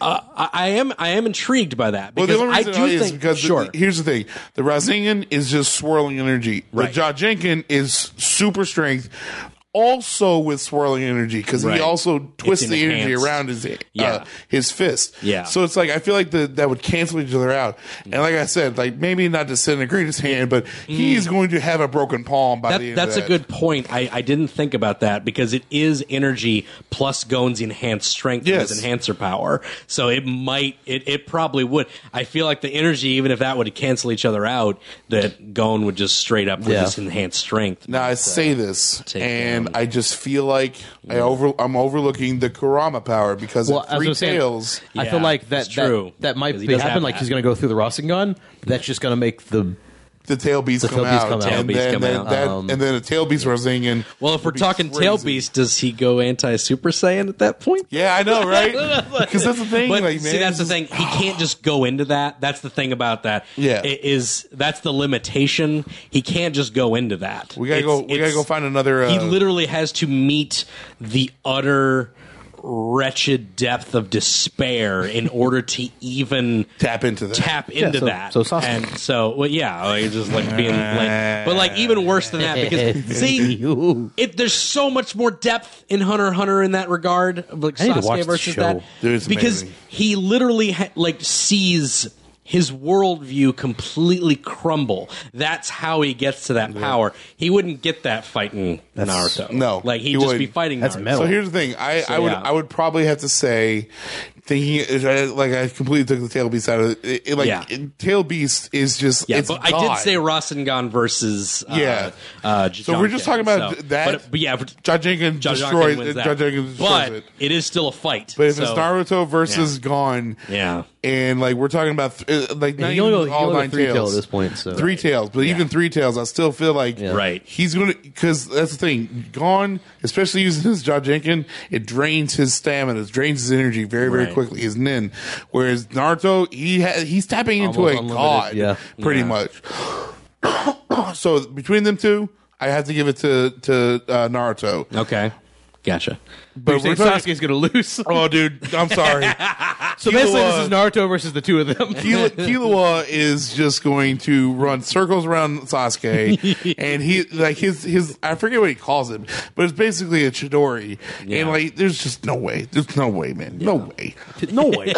uh, I I am I am intrigued by that
Well,
because
the only
I
reason
do
is
think
because the-
sure.
here's the thing: the Rasengan is just swirling energy.
Right.
The Jajenkin is super strength, also with swirling energy because
Right.
he also twists
It's
the energy
enhanced.
around his
Yeah.
uh, his fist.
Yeah.
So it's like I feel like the, that would cancel each other out. And like I said, like maybe not disintegrate his hand, but he is going to have a broken palm by the
Mm. that,
end.
that's
of
a good
that.
point. I, I didn't think about that because it is energy plus Gon's enhanced strength and
Yes.
his enhancer power. So it might it, it probably would. I feel like the energy, even if that would cancel each other out, that Gon would just straight up with
Yeah.
this enhanced strength.
Now I say this,
take
and
down.
I just feel like
Mm.
I over I'm overlooking the Kurama power because
well,
of
as I
three
was saying,
tails.
I
Yeah,
feel like that,
it's
that
true.
that might
'Cause he
be
does
happen.
have
Like
that.
he's going to go through the Rasengan. That's just going to make the
the tail beasts
The
come,
tail beasts
out,
come out.
and
Tail beasts
then
come
that,
out.
that-
Um,
and then the tail beasts were singing.
Well, if we're
It'd be
talking tail
crazy.
beast, does he go anti Super Saiyan at that point?
yeah, I know, right? Because that's the thing.
But
like, man,
see, that's the thing. He can't just go into that. That's the thing about that.
Yeah.
It is that's the limitation. He can't just go into that.
we gotta
It's-
go. We gotta
it's-
go find another. Uh,
He literally has to meet the utter wretched depth of despair in order to even
tap into that.
tap into
so-
that.
so Sasuke.
and so, well, yeah, like, just like being, like, but like even worse than that because see, it, there's so much more depth in Hunter x Hunter in that regard, of, like
need to watch
Sasuke
this
versus
show.
that,
Dude, it's
because
amazing.
he literally ha- like sees. His worldview completely crumble. That's how he gets to that power. He wouldn't get that fighting Naruto.
no,
like he'd
he
just
wouldn't.
be fighting.
That's
Naruto.
metal.
So here's the thing. I, I would
yeah.
I would probably have to say, thinking if I- like I completely took the tail beast out of it. it, it like
Yeah.
it- tail beast is just
Yeah,
it's
but I did
God.
say Rasengan versus uh,
Yeah.
Uh,
So we're just
Jajangkan,
talking about
so-
that.
But, but yeah, but
Jajenkin
Jajangkan
destroys.
wins that.
Jajenkin destroys
but
it.
it is still a fight.
But if
so,
it's Naruto versus Gone,
Yeah.
and like we're talking about th- uh, like not
he only
even
go- he
all
only go
nine
three
tails
tail at this point, so-
three tails, but even three tails, I still feel like
Right.
He's gonna because that's the thing. Gone, especially using his jaw Jenkin, it drains his stamina, it drains his energy very very
Right.
quickly. His nin, whereas Naruto, he ha- he's tapping into
Almost
a
unlimited,
god,
yeah.
pretty
Yeah.
much. so between them two, I have to give it to to uh, Naruto.
okay, gotcha.
But we're talking-
going to lose.
Oh, dude, I'm sorry. Killua-
So basically, this is Naruto versus the two of them.
Kila- Killua is just going to run circles around Sasuke, and he like his his I forget what he calls it, but it's basically a Chidori, and like there's just no way, there's no way, man, no way.
no way.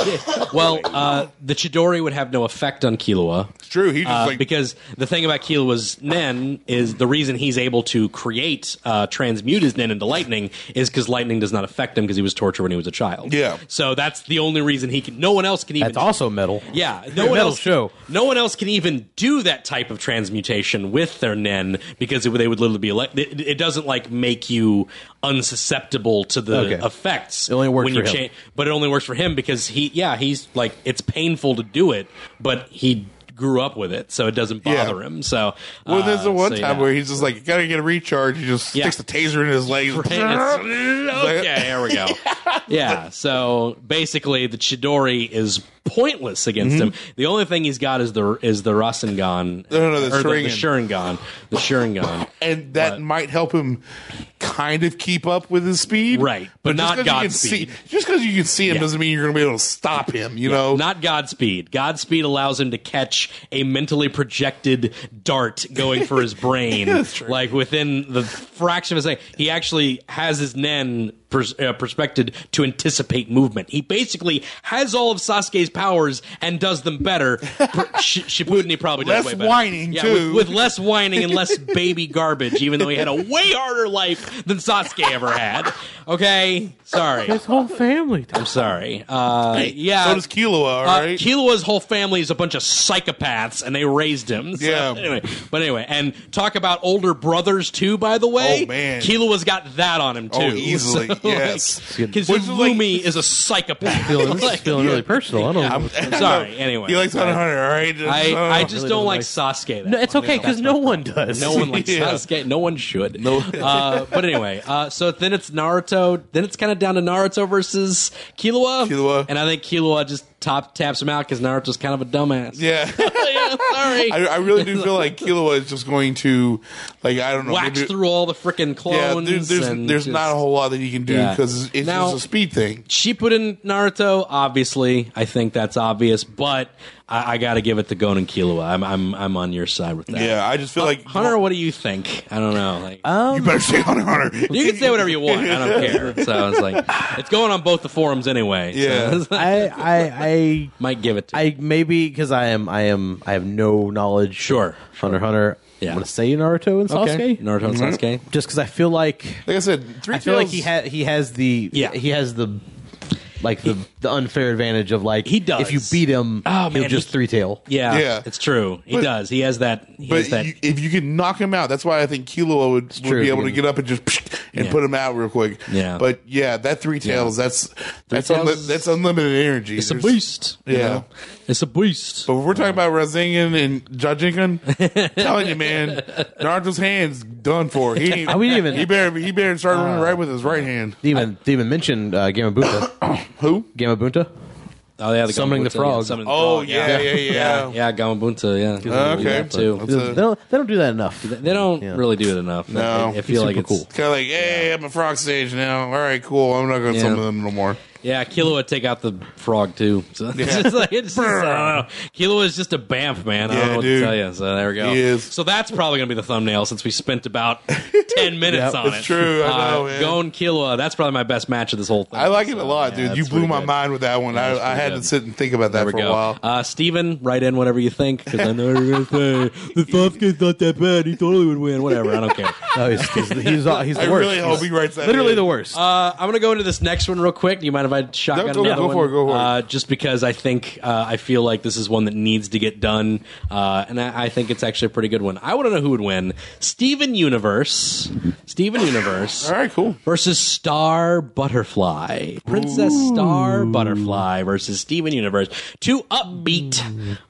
Well, uh, the Chidori would have no effect on Killua.
It's true. He just
Uh,
like
because the thing about Killua's Nen is the reason he's able to create, uh, transmute his Nen into lightning is because lightning does not affect him because he was tortured when he was a child.
Yeah.
So that's the only reason he can. No one else can even.
That's also metal.
Yeah,
It's a
no one
metal
else.
show.
No one else can even do that type of transmutation with their nen because it, they would literally be like it, it doesn't like make you unsusceptible to the
Okay.
effects. It
only works
when
for
you
him.
cha- but it only works for him because he yeah he's like it's painful to do it, but he grew up with it, so it doesn't
Yeah.
bother him. So
well, there's the
uh,
one
so,
time
yeah.
where he's just like gotta get a recharge. He just
Yeah.
sticks the taser in his legs.
okay, there we go. yeah, so basically the Chidori is pointless against him. The only thing he's got is the is the Rasengan.
Mm-hmm. No, no, the
or the, the
Sharingan.
Sharingan. The Sharingan.
and that might help him kind of keep up with his speed,
Right, but
just
not
'cause you can
Godspeed.
see- Just because you can see him
Yeah.
doesn't mean you're going to be able to stop him. You know,
Not Godspeed. Godspeed allows him to catch a mentally projected dart going for his brain, like within the fraction of a second. He actually has his Nen pers- uh, prospected to anticipate movement. He basically has all of Sasuke's powers and does them better. Pr- Sh- Shippuden probably does
less
way better.
whining,
yeah,
too.
With, with less whining and less baby garbage. Even though he had a way harder life than Sasuke ever had. Okay, sorry. His whole family. I'm sorry. Uh, yeah.
so does Killua. All
Uh,
right,
Kilua's whole family is a bunch of psychopaths, and they raised him. So,
Yeah.
Anyway, but anyway, and talk about older brothers too. By the way,
Oh, man.
Kilua's got that on him too.
Oh, easily, yes.
Because
Which is like-
Lumi is a psychopath.
Feeling, this is feeling really personal. I don't.
I'm, I'm sorry. Anyway,
he likes Hunter x Hunter. All right,
I,
Uh,
I just
really
don't
don't
like
like-
Sasuke. That
no, it's
much.
okay because no one does.
No one likes
Yeah.
Sasuke. No one should. No. Uh, but anyway, uh, so then it's Naruto. Then it's kind of down to Naruto versus Killua.
Killua.
And I think Killua just top taps him out because Naruto's kind of a dumbass.
yeah.
Yeah, sorry.
I, I really do feel like Killua is just going to, like, I don't know.
Wax
maybe-
through all the freaking
Yeah,
clones.
there- there's
and
there's
just-
not a whole lot that you can do
Yeah.
because it's
Now-
just a speed thing.
She put in Naruto, obviously. I think that's obvious, but I, I got to give it to Gonan Killua. I'm I'm I'm on your side with that. Uh,
Yeah, I just feel like
Hunter, what do you think? I don't know. Like,
you better say Hunter x Hunter.
you can say whatever you want. I don't care. So it's like it's going on both the forums anyway. so
Yeah.
I, I,
might give it to.
I, I maybe because I am, I am, I have no knowledge.
Sure.
Hunter, Hunter.
Yeah.
I'm gonna say Naruto and Sasuke.
Okay. Naruto and
Mm-hmm.
Sasuke.
Just because I feel like
Like I said, three
I feel like
Tails-
he ha- he has the
Yeah.
he has the like the, the unfair advantage of like
He does.
if you beat him
Oh,
he'll
man,
just
he-
three tail
Yeah,
Yeah.
it's true. He
But-
does. He has that. He has
But
that.
you, if you could knock him out, that's why I think Killua would, would
true,
be able to
yeah.
get up and just psh, and
Yeah.
put him out real quick.
Yeah.
But yeah, that three tails, that's that's
Tails
unli-
is-
that's unlimited energy.
it's a
There's-
beast. you
Yeah.
know? it's a beast.
But if we're talking about Rasengan and Jajinkan, telling you, man, Naruto's hands done for. He ain't-
I wouldn't even-
he better he better start
Uh,
running right with his right hand.
demon demon mentioned uh, Gamabunta
Who?
Gamabunta
Oh yeah, the
Summoning the
Gamabunta,
frog.
Yeah, summoning the
Oh
frog,
yeah, yeah, yeah.
yeah, yeah, Gamabunta. Yeah,
Uh, okay.
Yeah, too.
That's
they
a-
don't, they don't do that enough
They don't
Yeah.
really do it enough.
No.
I, I feel like
He's super
it's
cool.
Kind of like, hey, I'm a frog stage now. All right, cool. I'm not going to
Yeah.
summon them no more.
Yeah, Killua take out the frog too. So it's
Yeah.
just like it's just, I don't know. Killua is just a bamf, man. I don't
Yeah,
know what
dude.
to tell you. So there we go.
He is.
So that's probably gonna be the thumbnail since we spent about ten minutes on
it's
it.
true. I know,
uh,
man.
Gon Killua. That's probably my best match of this whole thing.
I like it
So,
a lot,
yeah,
dude.
that's
you blew
pretty
my
good.
mind with that one.
that's
I, I
pretty
had
good.
to sit and think about that
There
for
we
a
go.
while.
Uh, Steven, write in whatever you think because I know what you're gonna say. The Sasuke's not that bad. He totally would win. Whatever. I don't care.
no he's he's, he's, he's the
I
worst
really hope he writes that.
literally
in.
the worst
Uh, I'm gonna go into this next one real quick. Do you mind if I shotgun
No, go-
another
go
one?
for it, go for it.
Uh, just because I think uh, I feel like this is one that needs to get done, uh, and I, I think it's actually a pretty good one. I want to know who would win: Steven Universe, Steven Universe,
All right, cool.
versus Star Butterfly, Princess Star Butterfly versus Steven Universe. Two upbeat.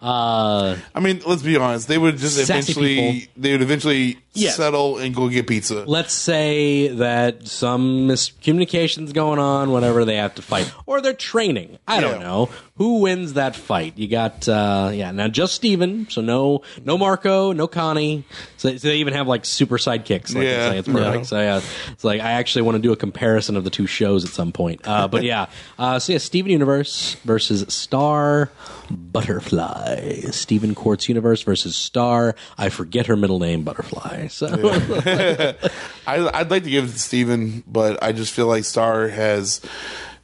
Uh,
I mean, let's be honest. They would just
Sassy
eventually,
people.
they would eventually
Yeah.
settle and go get pizza.
let's say that some miscommunications going on whenever they have to fight or they're training i don't
Yeah.
know who wins that fight you got uh yeah now just steven so no no marco no connie so, so they even have like super sidekicks like
Yeah.
it's, like, it's perfect
Yeah.
so yeah it's like i actually want to do a comparison of the two shows at some point uh but yeah uh so yeah steven universe versus star butterfly steven quartz universe versus star i forget her middle name butterfly so
I, I'd like to give it to Steven, but I just feel like Star has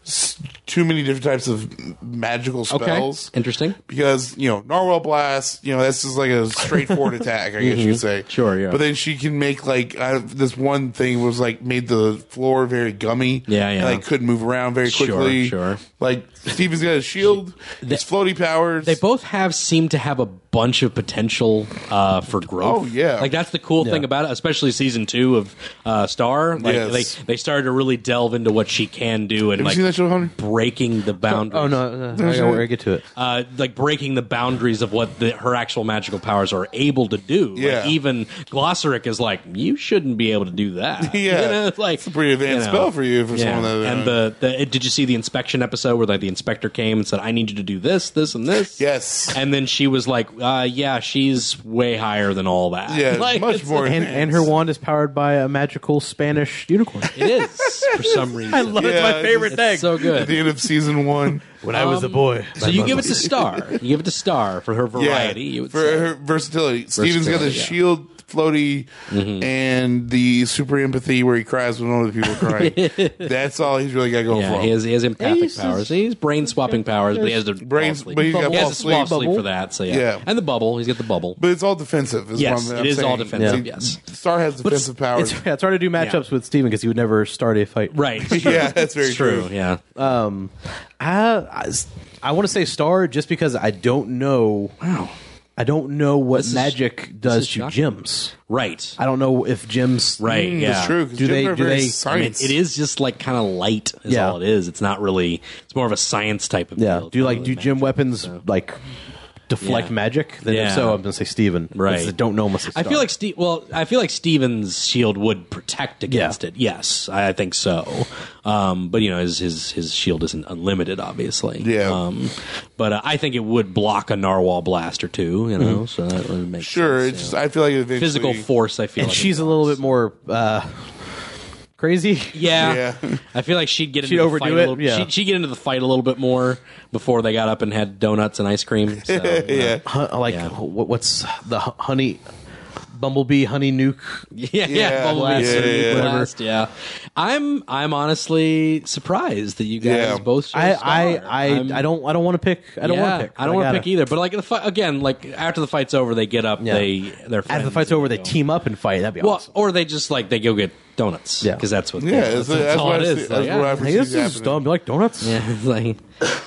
s- too many different types of magical spells.
Interesting.
because you know narwhal blast you know that's just like a straightforward attack i guess you could say
Mm-hmm. Sure, yeah.
but then she can make like I, this one thing was like made the floor very gummy
Yeah, yeah.
and like couldn't move around very
Sure,
quickly
sure.
like steven's got a shield his floaty powers
They both have seem to have a bunch of potential uh, for growth.
Oh, yeah.
like that's the cool thing about it, especially season two of uh, Star. Like
Yes.
they they started to really delve into what she can do and
have you
like
seen that show hunter
breaking the boundaries.
Oh no, no I gotta I get to it.
uh, like breaking the boundaries of what the, her actual magical powers are able to do.
Yeah.
Like even Glossaric is like, you shouldn't be able to do that.
Yeah.
you know, it's like
It's a pretty advanced spell for you for someone that- uh,
And the, the did you see the inspection episode where like the inspector came and said, "I need you to do this, this, and this."
Yes.
And then she was like, uh, "Yeah, she's way higher than all that.
Yeah,
Like,
much
it's-
more.
And, and her wand is powered by a magical Spanish unicorn.
It is for some reason. I love
it's my Yeah, favorite
it's So
At
good.
the end of season one.
When I was a boy,
So you give it to Star. You give it to Star for her variety. you
Yeah,
would
for
say.
her versatility. Steven's got
Versatility, yeah.
the
Mm-hmm.
shield floaty and the super empathy where he cries when one of the people are crying. That's all he's really got to go
Yeah,
for.
he has, he has empathic
He's just-
powers. he's brain swapping powers, but he has the
Brains-
ball sleep.
but he's got
he
ball
has a swap
sleep.
sleep for that. So yeah.
Yeah.
and the bubble. He's got the bubble.
but it's all defensive. Is
Yes,
what I'm,
it
I'm
is
saying.
all defensive,
See,
yes.
Star has
it's,
defensive powers.
it's- yeah, it's hard to do matchups with Steven because he would never start a fight.
right.
yeah, that's very
It's true.
true.
Yeah.
Um, I I, want to say star just because I don't know. Wow. I don't know what
This is-
magic
is
does to
shocking.
gems.
Right.
I don't know if gems.
Right. yeah.
Mm, It's true. 'cause
Do they-
Jupiter
do
very
they-
I mean,
Science.
it is just like kind of light is
Yeah.
all it is. It's not really. It's more of a science type of
Yeah.
deal.
Do you like
Not
do
really
gym
magic,
weapons
so.
like deflect
Yeah.
magic? Then
Yeah.
if so, I'm gonna say Steven.
Right.
Because I don't know. I'm gonna say
I
Star.
feel like Steve. Well, I feel like Steven's shield would protect against it. Yes, I, I think so. Um, but you know, his, his his shield isn't unlimited, obviously.
Yeah.
Um, but uh, I think it would block a narwhal blast or two. You
Mm-hmm.
know, so that would make
sure.
sense,
It's
you
just,
know.
I feel like eventually,
physical force. I feel
and
like
she's
it
a little
does.
bit more uh, crazy.
Yeah.
Yeah.
I feel like she'd get into
She'd
the
overdo
fight a
it,
little,
yeah.
she'd, she'd get into the fight a little bit more before they got up and had donuts and ice cream. So, uh, you know.
Yeah.
Hun- like
Yeah.
what, what's the hu- honey bumblebee honey nuke?
yeah, yeah, Bubble
Blast
Blast,
or
Blast,
whatever.
yeah. I'm I'm honestly surprised that you guys
Yeah.
both. chose
I
Star.
I I,
I'm-
I don't I don't want to pick. I don't want
yeah,
to pick.
I don't
but
want to
gotta.
pick either. But like the fight again, like after the fight's over, they get up.
Yeah.
They they're
After the fight's over, they team up and fight. That'd be
Well,
awesome.
or they just like they go get donuts.
Yeah.
because that's what.
Yeah, that's, that's
all
what
it
I
is.
see-
Like,
That's
yeah.
what I
Hey,
perceive
this is
happening.
dumb. You like donuts?
Yeah, it's like,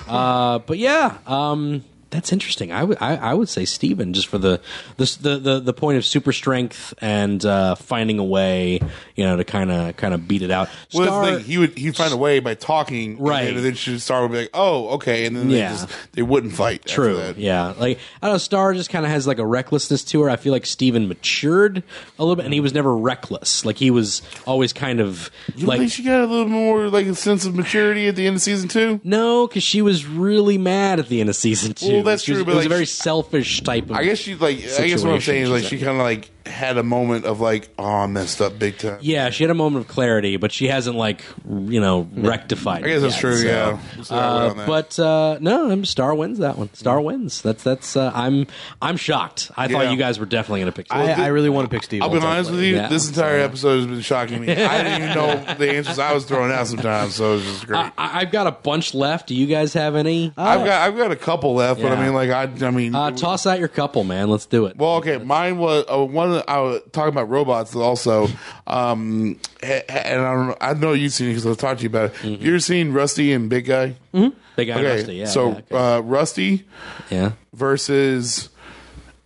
uh, but yeah, um, that's interesting. I would, I, I would say Steven just for the, the, the, the, the point of super strength and uh, finding a way, you know, to kind of, kind of beat it out.
Well, that's
Star-
the thing. He would he'd find a way by talking,
Right.
And then she'd start would be like, "Oh, okay," and then they
Yeah.
just they wouldn't fight. after
True.
that.
Yeah. Like I don't know, Star just kind of has like a recklessness to her. I feel like Steven matured a little bit, and he was never reckless. Like he was always kind of
You
like
think she got a little more like a sense of maturity at the end of season two?
no, because she was really mad at the end of season two.
Well, that's
She was-
true, but,
it was a
like,
very
she-
selfish type. of
I guess she like. I guess what
Situation,
I'm saying is like
she's
she kind of like had a moment of like, "Oh, I messed up big time."
Yeah, she had a moment of clarity, but she hasn't like you know rectified.
I guess
it
that's
yet,
true.
so.
yeah, So I
Uh,
went on that.
but uh, no, I'm- Star wins that one. Star wins. That's that's. Uh, I'm I'm shocked. I thought
Yeah.
you guys were definitely going to pick.
I,
Star.
I really want to pick Steven.
I'll be honest with you.
Yeah.
This entire episode has been shocking me. I didn't even know the answers I was throwing out sometimes, so it was just great.
I, I, have got a bunch left. Do you guys have any?
I've got I've got a couple left, but
uh, Yeah.
I mean, like I I mean,
Uh, toss out your couple, man. Let's do it.
Well, okay, mine was uh, one. of the- I was talking about robots also, um, a- a- and I, don't know, I know you've seen it because I've talked to you about it. You ever seen Rusty and Big Guy?
Big Eye
Okay,
Mm-hmm. Rusty. Yeah.
so
yeah, okay.
uh, Rusty
yeah.
versus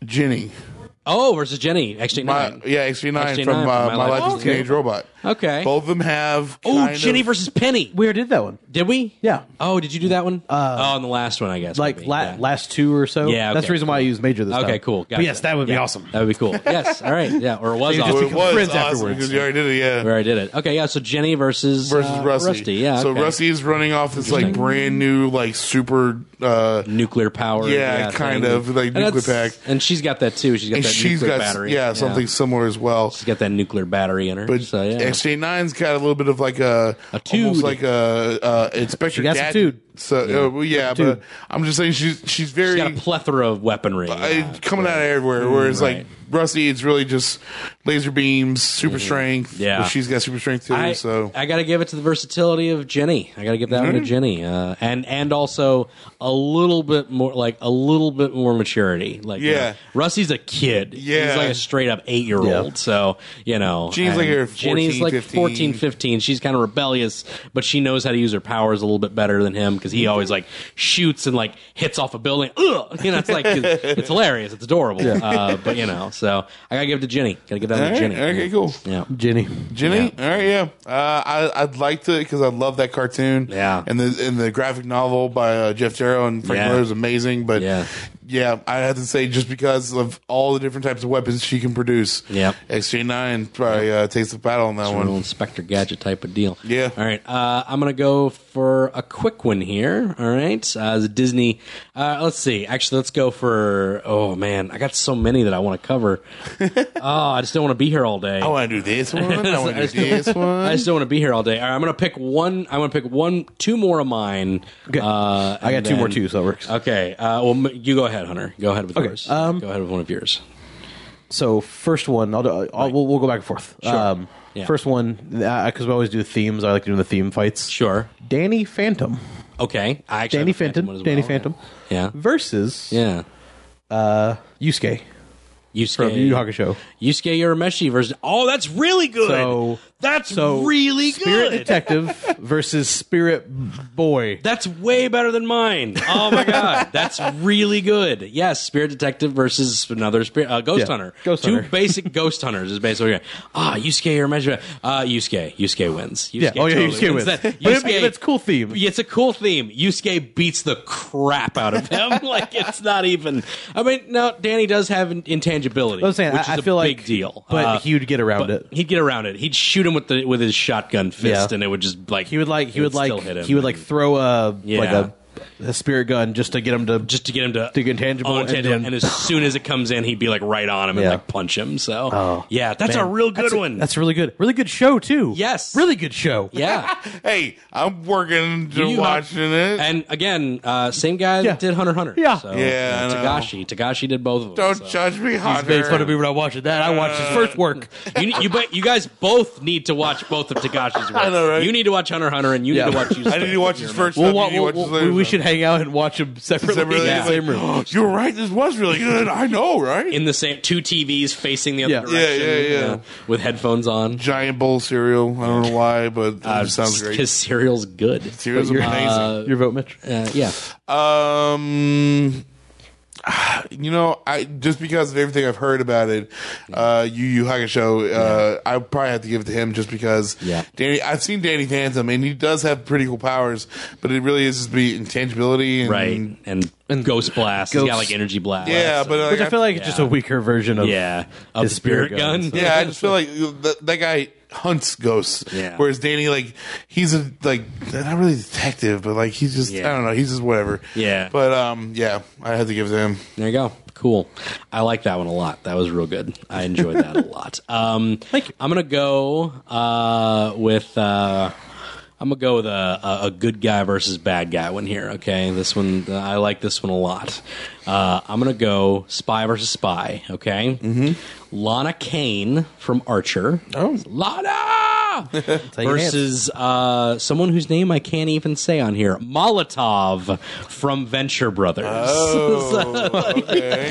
Ginny.
Oh, versus Jenny. Actually,
My,
nine.
yeah, XG9,
XG9
from, uh, My, Life
as
as a Teenage Robot.
Okay.
Both of them have.
Oh,
kind
Jenny
of-
versus Penny.
We already did that one.
Did we?
Yeah.
Oh, did you do that one? Uh, oh, and the last one, I guess.
Like
maybe.
la-
Yeah.
last two or so.
Yeah, okay,
that's the reason why I used major this time.
Okay, cool.
But
Gotcha.
yes, that would be
Yeah.
awesome.
That would be cool. Yes. All right. Yeah. Or it was
Well,
awesome.
it was
friends
awesome
afterwards.
because you already did it, yeah.
Where I did it. Okay. Yeah. So Jenny versus
Versus
uh,
Rusty.
Yeah.
So
okay.
Rusty is running off this like brand new, like super. Uh,
nuclear power.
Yeah, kind
thing.
of, like
And
nuclear
that's-
pack.
And she's got that too. She's got
and
that
she's
nuclear
got
battery.
yeah something similar as well.
She's got that nuclear battery in her.
But
so yeah.
XJ9's got a little bit of like a,
A
almost
tood.
like a uh, Inspector
She got some
Gadget.
tood.
So yeah, well, yeah but
Tood.
I'm just saying she's she's
She's
very
got a plethora of weaponry. yeah.
uh, coming out of everywhere. Whereas
right. Mm-hmm.
like Rusty, it's really just laser beams, super strength.
Yeah.
Well, she's got super strength too.
I,
so Mm-hmm.
I got to give it to the versatility of Jenny. I got to give that one to Jenny, uh, and and also a little bit more like a little bit more maturity. Like you
Yeah.
know, Rusty's a kid.
Yeah.
he's like a straight up eight year
Yeah.
old. So you know,
Jenny's
and
like her 14,
Jenny's like
15.
14, 15. She's kind of rebellious, but she knows how to use her powers a little bit better than him because because
Mm-hmm.
he always like shoots and like hits off a building. Ugh! You know, it's like it's, it's hilarious. It's adorable. Uh, but you know, so I gotta give it to Jenny. Gotta give that
All
to
right,
Jenny.
okay, cool.
Yeah.
Jenny.
Jenny, all right, yeah. Uh, I I'd like to because I love that cartoon.
Yeah.
and the and the graphic novel by uh, Jeff Jarrow and Frank
Yeah.
Miller is amazing. But
Yeah.
yeah, I have to say just because of all the different types of weapons she can produce.
Yep.
XJ nine probably uh, takes the battle on that
It's a
one.
real Inspector Gadget type of deal.
Yeah.
All right. Uh, I'm gonna go for a quick one here. All right. Uh, it's a Disney. Uh, let's see. Actually, let's go for. Oh man, I got so many that I want to cover. oh, I just don't want to be here all day.
I
Oh,
want to do this one. I want to do this
I
one.
just don't want to be here all day. All right, I'm gonna pick one. I'm gonna pick one, two more of mine. Okay. Uh,
I got
and
two more
then-
too, so it works.
Okay. Uh, well, m- you go ahead, Hunter. Go ahead with yours.
um,
go ahead with one of yours.
So first one, I'll, do, I'll we'll, we'll go back and forth. Um,
Yeah.
First one, because we always do themes. I like doing the theme fights.
Sure.
Danny Phantom,
Okay. I actually
Danny
have a
Phantom,
one as
Danny
well.
Phantom
Yeah.
versus
Yeah.
Yusuke
Yusuke.
from Yu Yu Hakusho.
Yusuke Urameshi versus. Oh, that's really good.
So-
that's
so
really
Spirit
good.
Detective versus Spirit Boy.
That's way better than mine. Oh my god, that's really good. Yes, Spirit Detective versus another Spirit uh, Ghost
Yeah,
Hunter.
Ghost
Two
Hunter.
basic Ghost Hunters is basically ah Yusuke or Measure. Uh, Yusuke, Yusuke wins. Yusuke
yeah, oh yeah,
totally
Yusuke wins.
That,
But it-
Yusuke,
it's a cool theme.
It's a cool theme. Yusuke beats the crap out of him. like it's not even. I mean, no, Danny does have in- intangibility.
I'm saying
which
I,
is
I
a
feel
big
like
deal.
but
Uh,
he would get around
but
it.
He'd get around it. He'd shoot him with the with his shotgun fist,
Yeah.
and it would just like
He would like
it
he would like
still hit him.
he would like throw a
Yeah.
like a, a spirit gun just to get him to
just to get him to
To get tangible
on
and
tangible, and,
then-
as soon as it comes in, he'd be like right on him and
Yeah. Oh,
like punch him. So yeah, that's a real good
That's a-
one.
That's a really good, really good show too.
Yes.
really good show.
yeah.
Hey, I'm working to
You-
watching it.
And again, uh, same guy
Yeah.
that did Hunter x Hunter.
Yeah.
so,
Yeah, I know.
Tagashi. Tagashi did both of them.
Don't
so.
judge me,
He's made fun of me
Hunter.
when I watched that. I watched his
Uh,
first work.
You, you, bet- you guys both need to watch both of Tagashi's work.
I know, right?
You need to watch Hunter x Hunter, and you
Yeah.
need to watch. Yusuke.
I need to watch his first.
We'll,
stuff, you
wa-
need to watch
we'll-
his later
we- we
stuff.
should hang out and watch them separately
Separately,
in
yeah.
the same room.
You're right. This was really good. I know, right?
in the same two TVs facing the other
Yeah.
Yeah,
direction.
yeah, yeah.
uh, with headphones on.
Giant bowl of cereal. I don't know why, but it sounds great.
His cereal's good.
Cereal's amazing.
Your vote, Mitch.
Uh, yeah.
um, you know, I just because of everything I've heard about it, uh, Yu Yu Hakusho, uh, I probably have to give it to him just because.
Yeah.
Danny, I've seen Danny Phantom, and he does have pretty cool powers, but it really is just be intangibility and
Right. And, Ghost Blast. He's got
Ghost-
like energy blast.
Yeah, but uh, like,
Which I feel like it's just a weaker version of
yeah. Of
His
the spirit
spirit
gun.
gun, so-
Yeah, I just feel like that, that guy hunts ghosts.
Yeah.
Whereas Danny, like, he's a like not really a detective, but like he's just
Yeah.
I don't know, he's just whatever.
Yeah.
But um, yeah, I had to give it to him.
There you go. Cool. I like that one a lot. That was real good. I enjoyed that a lot. Um, Thank you. I'm gonna go uh, with. Uh, I'm gonna go with a, a, a good guy versus bad guy one here. Okay, this one uh, I like this one a lot. Uh, I'm gonna go spy versus spy. Okay, Lana Kane from Archer. Mm-hmm. Oh, Lana
your hands.
versus uh, someone whose name I can't even say on here. Molotov from Venture Brothers. Oh.
Okay.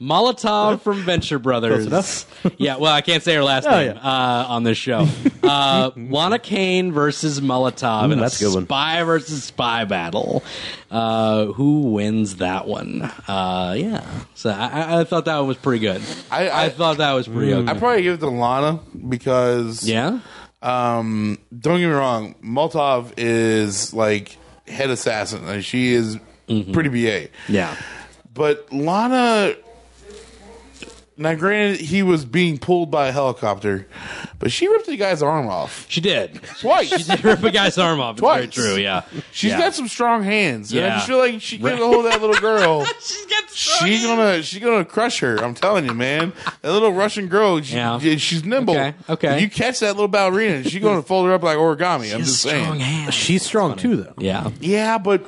Molotov from Venture Brothers. yeah, well, I can't say her last name
Oh, yeah.
uh, on this show. Uh, Lana Kane versus Molotov in
that's a
a
good one.
spy versus spy battle. Uh, who wins that one? Uh, yeah, so I- I, I thought that was pretty good.
I- I-
thought that was pretty
Mm.
I
okay.
probably give it to Lana because
yeah,
Um, don't get me wrong, Molotov is like head assassin. Like, she is
Mm-hmm.
pretty ba.
yeah,
But Lana. Now, granted, he was being pulled by a helicopter, but she ripped the guy's arm off.
she did.
Twice.
She did rip a guy's arm off. It's very
Twice.
true. Yeah,
She's
Yeah.
got some strong hands. And I
Yeah.
just feel like she
Right.
can hold that little girl.
She's got
She gonna she gonna crush her. I'm telling you, man. That little Russian girl, she,
Yeah.
yeah, she's nimble.
Okay, okay.
You catch that little ballerina, she's gonna fold her up like origami. I'm just saying.
strong hands.
She's strong too, though.
Yeah,
Yeah, but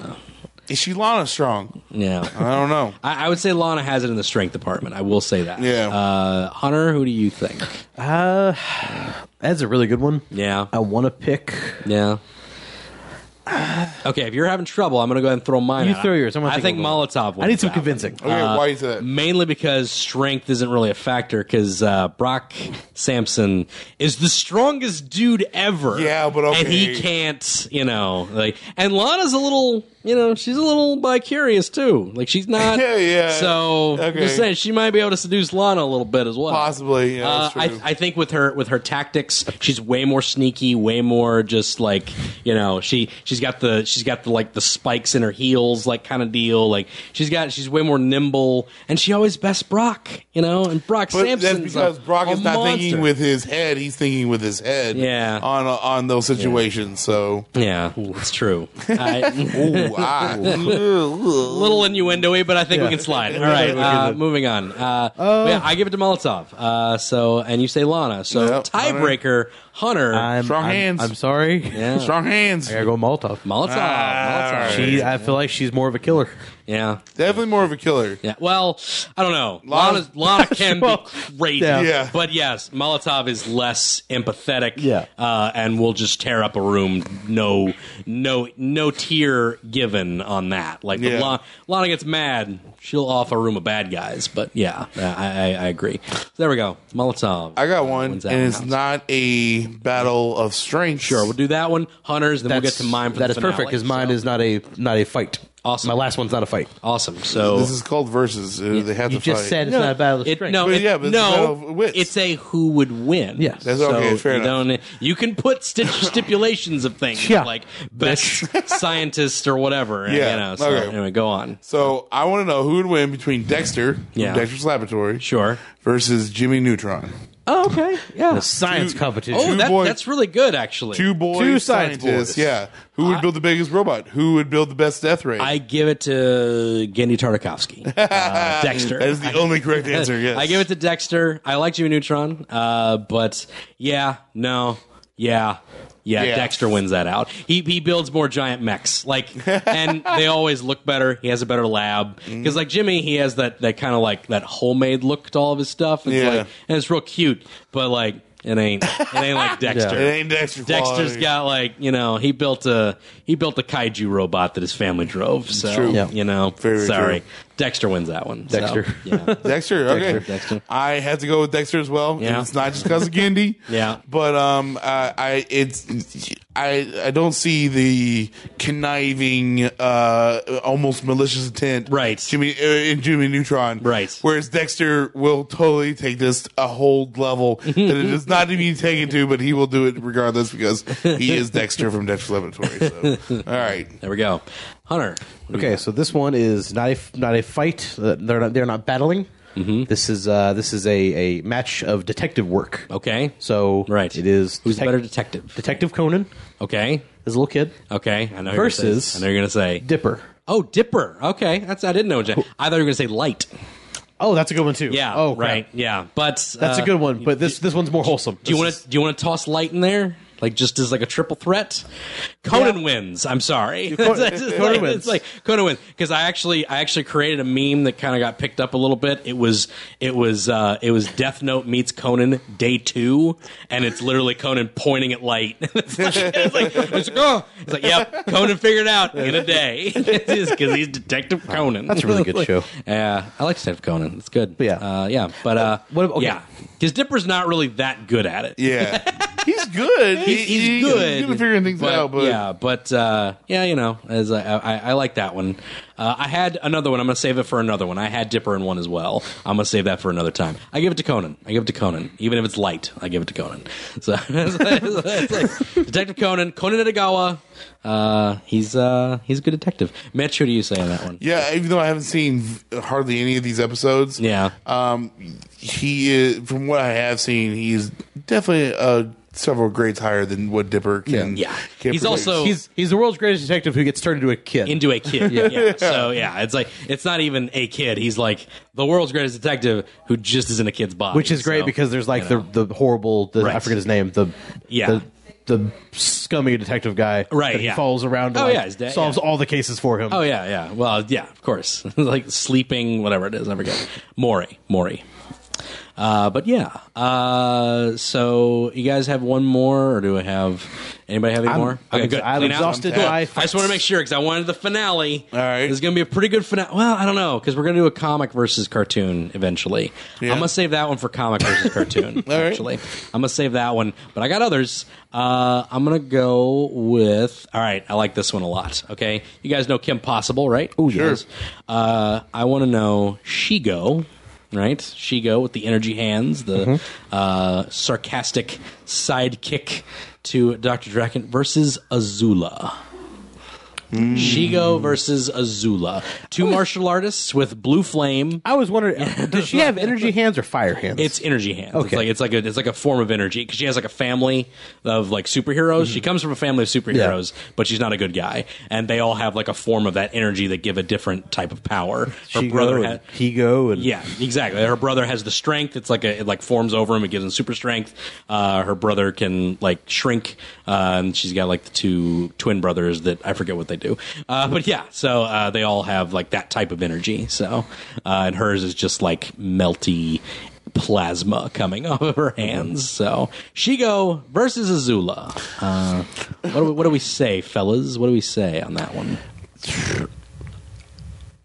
is she Lana strong?
yeah.
I don't know.
I, I would say Lana has it in the strength department. I will say that.
Yeah.
Uh, Hunter, who do you think?
Uh, that's a really good one.
Oh. Yeah.
I want to pick.
Yeah. Okay, if you're having trouble, I'm going to go ahead and throw mine.
You
out.
throw yours. I'm gonna
I
think
think
of one.
Molotov.
I need
wins
some
that
convincing.
one.
Okay,
Uh,
why is that?
Mainly because strength isn't really a factor because uh, Brock Sampson is the strongest dude ever.
Yeah, but
and he
okay.
can't, you know, like. And Lana's a little, you know, she's a little bi curious too. Like she's not.
Yeah, yeah.
So I'm
Okay.
just saying, she might be able to seduce Lana a little bit as well.
Possibly, yeah,
Uh,
that's true.
I, I think with her with her tactics, she's way more sneaky, way more just like you know she she's got the she's got the like the spikes in her heels like kind of deal. Like she's got she's way more nimble, and she always best Brock, you know. And Brock
But
Sampson's
that's because
a-
Brock
a
is not thinking
monster.
with his head; he's thinking with his head.
Yeah.
on on those situations. So,
Yeah, it's true. I,
ooh, ah.
little innuendo-y, but I think we can slide. All right, uh, moving on. Uh, but yeah, I give it to Molotov. Uh, so and you say Lana. So
Yep,
tiebreaker, Hunter.
I'm,
Strong
I'm-
hands.
I'm sorry. Yeah.
strong hands.
I gotta go Molotov.
Molotov.
Ah,
Molotov.
all right.
She, I feel like she's more of a killer.
Yeah.
Definitely more of a killer.
Yeah. Well, I don't know. Lana,
Lana's-
Lana can
Well,
be crazy.
yeah.
Yeah.
But yes, Molotov is less empathetic.
Yeah.
Uh, and will just tear up a room. No, no, no tier given on that. Like
Yeah.
when Lana, Lana gets mad, she'll off a room of bad guys. But yeah, I, I, I agree. So there we go. Molotov.
I got one,
Wins
and
that
it's
one.
not a battle of strength.
Sure, we'll do that one. Hunters, then we'll get to mine for
That
the
is perfect
finale.
because mine
So-
is not a not a fight.
Awesome.
My last one's not a fight.
awesome. So
This is called versus. Uh, they have
You
to
just
fight.
said it's not a battle of
It,
strength.
no,
But
it-
yeah, but it's a battle
no,
of wits.
it's a who would win.
Yes.
That's okay, fair
you,
enough.
don't- you can put sti- stipulations of things
Yeah.
like best scientist or whatever.
Yeah,
you know, so
okay.
anyway, go on.
So I want to know who would win between Dexter,
Yeah.
from Dexter's Laboratory,
Sure.
versus Jimmy Neutron.
Oh, okay. Yeah.
Science competition.
Oh,
Two
that,
boy-
that's really good, actually.
Two boys,
Two science
scientists.
boys.
Yeah, who would build the biggest robot? Who would build the best death rate?
I give it to Gendy Tartakovsky, uh, Dexter.
that is the only correct answer. Yes,
I give it to Dexter. I like Jimmy Neutron, uh, but yeah, no, yeah. Yeah,
Yeah.
Dexter wins that out. He he builds more giant mechs, like, and they always look better. He has a better lab
Mm-hmm.
because, like Jimmy, he has that that kind of like that homemade look to all of his stuff. It's
Yeah.
like, and it's real cute, but like it ain't it ain't like Dexter.
It ain't Dexter.
Dexter's
quality.
got like you know he built a he built a kaiju robot that his family drove. So
True. Yeah.
you know,
Very
sorry,
true.
Dexter wins that one. so,
Dexter.
yeah.
Dexter. Okay,
Dexter.
I had to go with Dexter as well. and
Yeah.
it's not just because of Gendy.
Yeah.
but um, I, I it's I I don't see the conniving, uh, almost malicious intent.
Right.
Jimmy uh, in Jimmy Neutron.
Right.
Whereas Dexter will totally take this a whole level that it is not even taken to, but he will do it regardless because he is Dexter from Dexter's Laboratory. So, all right.
There we go. Hunter.
Okay, so this one is not a not a fight. Uh, They're not they're not battling.
Mm-hmm.
This is uh, this is a, a match of detective work.
Okay.
So
Right.
it is
Who's
detec-
better detective?
Detective Conan
Okay.
is a little kid.
Okay. I know
Versus-
You're gonna say, I know you're gonna say.
Dipper.
oh, Dipper. Okay. That's I didn't know. Jack. I thought you were gonna say Light.
Oh, that's a good one too.
Yeah.
Oh, crap.
right. Yeah. But
That's
uh,
a good one, but this this one's more wholesome.
Do you want to do you want to toss Light in there? Like just as like a triple threat, Conan wins. I'm sorry, It's just like-
wins.
It's like Conan wins because I actually I actually created a meme that kind of got picked up a little bit. It was it was uh, it was Death Note meets Conan day two, and it's literally Conan pointing at Light. it's like it's like, it's like, oh, it's like yep, Conan figured out in a day because he's Detective Conan.
that's a really good
Like,
show.
Yeah, I like Detective Conan. It's good.
Yeah.
uh, yeah, but uh,
What ab- okay.
yeah, because Dipper's not really that good at it.
Yeah. He's good.
He's, he's good.
He's good at figuring things
but,
out, but
yeah, but uh, yeah, you know, as I, I, I like that one. Uh, I had another one. I'm going to save it for another one. I had Dipper in one as well. I'm going to save that for another time. I give it to Conan. I give it to Conan, even if it's light. I give it to Conan. So it's like- it's like Detective Conan, Conan Itagawa. Uh, he's uh, he's a good detective. Mitch, who do you say on that one?
Yeah, even though I haven't seen v- hardly any of these episodes,
Yeah.
um, he is. From what I have seen, he's definitely uh, several grades higher than what Dipper can.
Yeah.
can
He's
produce.
also-
He's he's the world's greatest detective who gets turned into a kid.
into a kid. yeah. So yeah, it's like it's not even a kid. He's like the world's greatest detective who just is in a kid's body,
which is great
So,
because there's like
you know.
the the horrible the, I
Right.
forget his name the
Yeah.
the, the scummy detective guy
Right,
that he
yeah.
follows around to
Oh,
like,
yeah, his dad-
solves
yeah.
all the cases for him
Oh yeah, yeah. Well, yeah, of course. like sleeping, whatever it is, I forget. Maury, Maury. Uh, but yeah, uh, so you guys have one more, or do I have anybody have any more?
I'm ex- I'm
Clean out.
exhausted
Cool.
by
I just want to make sure because I wanted the finale.
All right.
there's going to be a pretty good finale. Well, I don't know because we're going to do a comic versus cartoon eventually.
Yeah.
I'm going to save that one for comic versus cartoon.
right.
Actually, I'm going to save that one, but I got others. Uh, I'm going to go with. All right, I like this one a lot. Okay, you guys know Kim Possible, right? Oh
Sure.
uh, I want to know Shigo, right? Shigo with the energy hands, the
Mm-hmm.
uh, sarcastic sidekick to Dr. Draken versus Azula.
Mm.
Shigo versus Azula. Two martial artists with blue flame.
I was wondering, does she have energy hands or fire hands?
It's energy hands. It's
Okay.
like it's like a it's like a form of energy because she has like a family of like superheroes.
Mm-hmm.
She comes from a family of superheroes, but she's not a good guy, and they all have like a form of that energy that give a different type of power. Her brother, ha-
Higo and
yeah, exactly. Her brother has the strength. It's like a, it like forms over him. It gives him super strength. Uh, her brother can like shrink, uh, and she's got like the two twin brothers that I forget what they do. Uh, but yeah, so uh, they all have like that type of energy. So uh, and hers is just like melty plasma coming off of her hands. So Shigo versus Azula. Uh, what, do we, what do we say, fellas? What do we say on that one?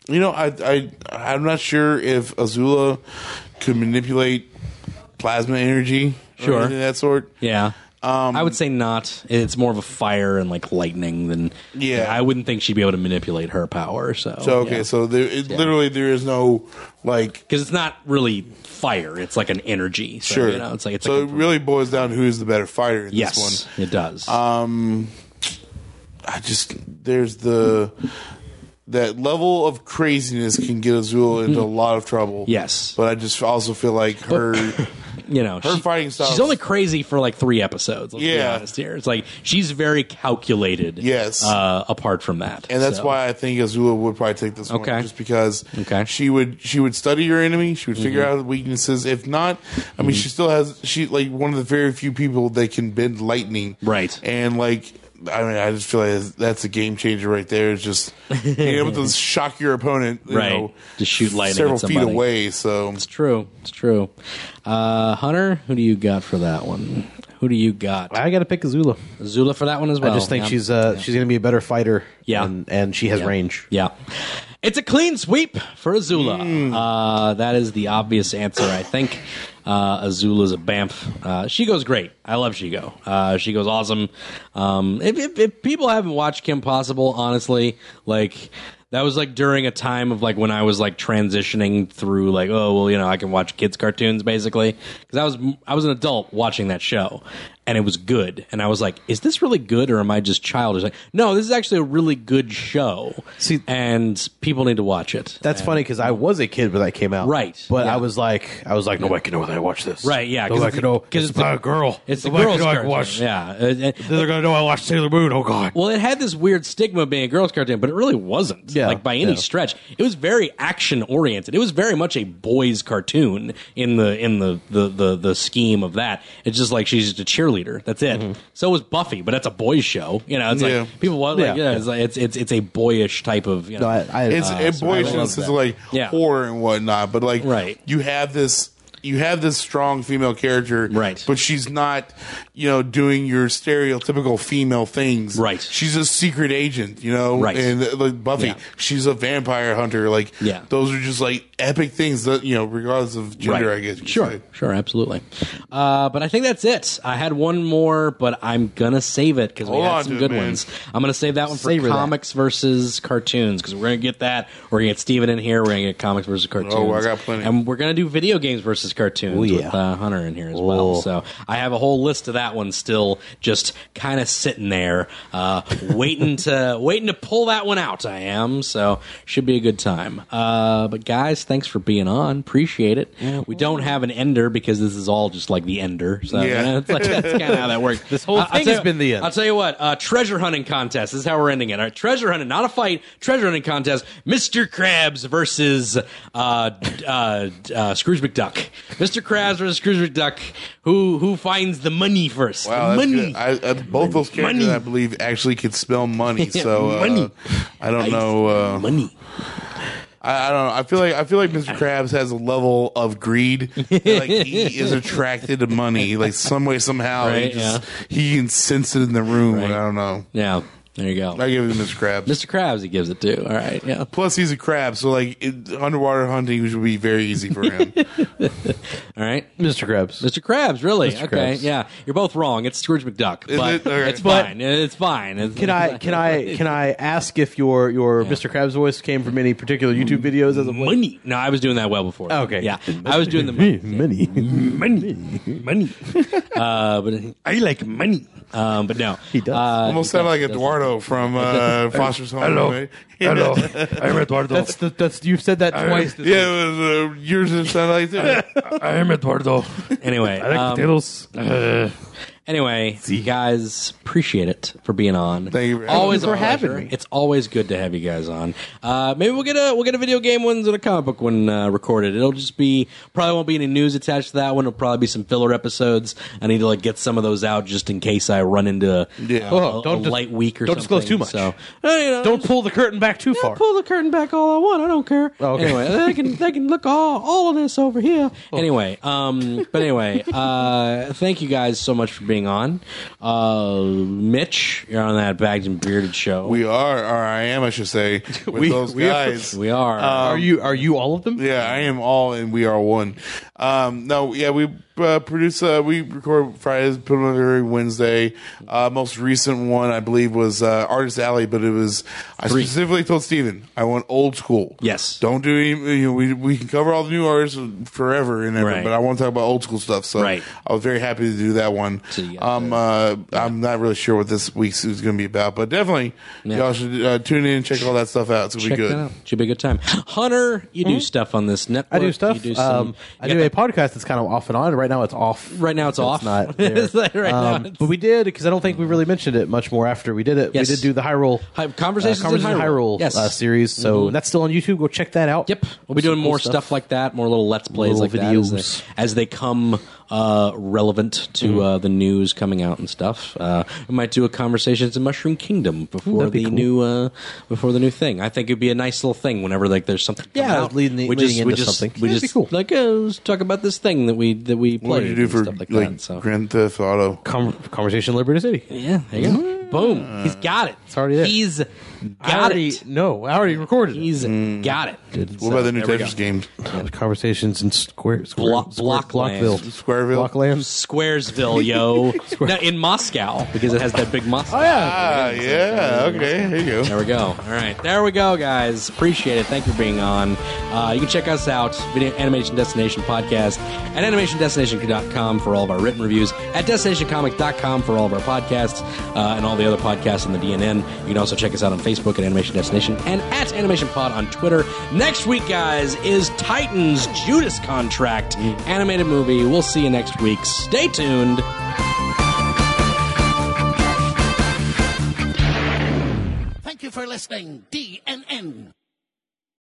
You know, I I I'm not sure if Azula could manipulate plasma energy, or
Sure.
anything of that sort.
Yeah.
Um,
I would say not. It's more of a fire and like lightning than.
Yeah.
I wouldn't think she'd be able to manipulate her power. So.
So okay, so there it, literally there is no like
Because it's not really fire; it's like an energy. So,
sure.
You know, it's like it's
so
like
it really boils down to who's the better fighter in
yes,
this one. Um,
it does.
I just there's the that level of craziness can get Azula into a lot of trouble.
Yes.
but I just also feel like her.
you know,
her fighting style
She's
is-
only crazy for like three episodes. Let's be
Yeah.
honest here. It's like she's very calculated.
Yes.
Uh, apart from that,
and that's
So,
why I think Azula would probably take this
Okay.
one, just because
Okay. Mm-hmm.
she would she would study your enemy, she would figure out the weaknesses. If not, I mean, she still has she like one of the very few people that can bend lightning,
Right.
And like, I mean, I just feel like that's a game changer right there. It's just being able to shock your opponent, you
Right.
Know,
Just shoot lightning at
several feet
somebody.
away. So
It's true. It's true. Uh, Hunter, who do you got for that one? Who do you got?
I got to pick Azula.
Zula for that one as well.
I just think
Oh, Yeah.
she's uh, she's going to be a better fighter.
Yeah.
and, and she has
Yeah.
range.
Yeah. It's a clean sweep for Azula. Uh, that is the obvious answer, I think. Uh, Azula's a BAMF. Uh, Shigo's great. I love Shigo. Uh, Shigo's awesome. Um, if, if, if people haven't watched Kim Possible, honestly, like. That was like during a time of like when I was like transitioning through like oh well you know I can watch kids cartoons basically because I was I was an adult watching that show and it was good and I was like is this really good or am I just childish like no this is actually a really good show
See-
and people need to watch it.
That's funny because I was a kid when that came out.
Right.
But
Yeah.
I was like, I was like, nobody can know that I watched this.
Right, yeah, 'cause
Nobody
it's
can
the-
know
'cause
it's,
it's the-
about a girl.
it's the
Nobody
girls'
can know I
cartoon.
watched.
Yeah, It- it-
They're gonna know I watched Sailor Moon. Oh God.
well, it had this weird stigma of being a girls' cartoon, but it really wasn't.
Yeah,
like by any
yeah.
stretch, it was very action oriented. It was very much a boys' cartoon in the in the the the, the scheme of that. It's just like she's just a cheerleader. That's it. So was Buffy, but that's a boys' show. You know, it's
Yeah.
like people want like
Mm-hmm. Yeah.
yeah, it's like it's it's it's a boyish type of you know.
No, I, I,
it's
uh,
it boys
I love
is
that.
like
Yeah.
horror and whatnot, but like
Right.
you have this you have this strong female character,
Right.
But she's not, you know, doing your stereotypical female things,
Right.
She's a secret agent, you know,
Right.
And uh, like Buffy,
Yeah.
she's a vampire hunter. Like,
Yeah.
those are just like epic things that you know, regardless of gender, I guess. you could
Sure,
say.
sure, absolutely. Uh, but I think that's it. I had one more, but I'm gonna save it because we
Hold
had
on
some
to it,
good
man.
ones. I'm gonna save that one for
Savor that.
comics versus cartoons because we're gonna get that. We're gonna get Steven in here. We're gonna get comics versus cartoons.
Oh, I got plenty.
And we're gonna do video games versus cartoons
yeah.
with uh, Hunter in here as
Oh.
well. So I have a whole list of that one still, just kind of sitting there, uh, waiting to waiting to pull that one out. I am so should be a good time. Uh, but guys, thanks for being on. Appreciate it. We don't have an ender because this is all just like the ender. So
Yeah.
you know, it's like, that's kind of how that works. This
whole thing has been the end.
I'll tell you what. Uh, treasure hunting contest. This is how we're ending it. All right, treasure hunting, not a fight. Treasure hunting contest. Mr. Krabs versus uh, d- uh, d- uh, Scrooge McDuck. Mr. Krabs versus Scrooge McDuck. Who who finds the money first?
Wow, that's
money.
good. I, I, both those characters,
Money.
I believe, actually could spell money.
Yeah,
So uh,
money.
I don't know. Uh,
money.
I, I don't know. I feel like I feel like Mr. Krabs has a level of greed. that, like he is attracted to money, like some way somehow.
Right,
he, just, he can sense it in the room. and I don't know.
Yeah, there you go.
I give it to Mr. Krabs.
Mr. Krabs, he gives it to. All right, yeah.
Plus, he's a crab, so like it, underwater hunting would be very easy for him.
Uh,
All right,
Mr. Krabs.
Mr. Krabs, really? okay,
Krabs.
yeah. You're both wrong. It's Scrooge McDuck,
Is
but
it? Okay.
it's
But-
fine. It's fine. It's-
Can I can I can I ask if your your Mr. Krabs voice came from any particular YouTube videos as a voice?
money? No, I was doing that well before.
Okay.
yeah, I was doing the money,
Many.
money, money. uh, but I like money. Um, but no, he does.
Almost sounded like Eduardo from uh, Foster's Home. right?
Hello. I'm Eduardo.
That's the, that's you've said that twice. this
Yeah, it was, uh, yours didn't sound like that.
I am Eduardo.
Anyway,
I like
um,
potatoes. Uh,
Anyway, you guys appreciate it for being on.
Thank you for-
always
Thank you
a
for
pleasure.
having me.
It's always good to have you guys on. Uh, maybe we'll get a we'll get a video game ones and a comic book one uh, recorded. It'll just be probably won't be any news attached to that one. It'll probably be some filler episodes. I need to like get some of those out just in case I run into uh,
Yeah.
Oh,
a-
don't
a
dis-
light week or
don't
something.
disclose too much.
So uh, you know,
Don't pull the curtain back too
yeah,
far.
pull the curtain back all I want. I don't care.
Oh,
okay.
Anyway, they can they can look all all of this over here.
Oh.
Anyway, um, but anyway, uh, thank you guys so much for being on. Uh, Mitch, you're on that bagged and bearded show.
We are, or I am, I should say, with
We-
those
we are-
guys.
We are.
Uh,
are you are you all of them?
yeah, I am all, and we are one. Um, no, yeah, we uh, produce, uh, we record Fridays, put them on every Wednesday. Uh, most recent one, I believe, was uh, Artist Alley, but it was I specifically told Steven, I want old school.
Yes.
don't do any. You know, we we can cover all the new artists forever and ever,
Right.
but I want to talk about old school stuff. So
Right.
I was very happy to do that one.
So you got
um, uh, I'm not really sure what this week's is going to be about, but definitely y'all should uh, tune in and check all that stuff out. It's going to
Check
be good.
that out. Should be a good time. Hunter, you do stuff on this network.
Hmm? I do stuff.
You do some,
um, I
you
do
got
a podcast that's kind of off and on. Right now, it's off.
the- right now it's
So
off.
It's not there.
It's like right now
Um,
it's-
but we did because I don't think we really mentioned it much more after we did it.
Yes.
We did do the High Roll
Hi- Conversations in
Conversations
Hyrule.
Hyrule,
Yes. Mm-hmm.
uh, series. So that's still on YouTube. Go check that out.
Yep, we'll be
Some
doing
cool
more stuff. like that, more little let's plays
Little
like that as
videos. Mm.
they, as they come uh, relevant to uh, the news coming out and stuff. Uh, we might do a conversations in Mushroom Kingdom before
that'd be
the
cool.
new uh, before the new thing. I think it'd be a nice little thing whenever like there's something. coming
Yeah,
out.
leading the-
we
leading
just, we
into
just,
something.
We
That'd be
just
cool.
like uh, let's talk about this thing that we that we played
What did you do
and
for
stuff like,
like,
that. So
Grand Theft Auto?
Com- conversation Liberty City.
yeah, there you go. Boom, he's got it. It's
already there.
He's got
I already
it.
no, I already recorded. it.
He's
Mm.
got it.
What about the new Tetris game?
Oh,
Conversations in Square, square
Block-
square,
Blockland.
Blockville,
Squareville?
Blockland.
Squaresville, yo. no, in Moscow because it has that big Moscow. Oh yeah.
Ah, yeah. Okay, here you go.
There we go. All right, there we go, guys. Appreciate it. Thank you for being on. Uh, you can check us out, Video Animation Destination Podcast, at animationdestination.com for all of our written reviews, at destinationcomic.com for all of our podcasts, uh, and all the other podcasts in the DNN. You can also check us out on Facebook at Animation Destination and at Animation Pod on Twitter. Next week, guys, is Titans Judas Contract animated movie. We'll see you next week. Stay tuned.
Thank you for listening, DNN.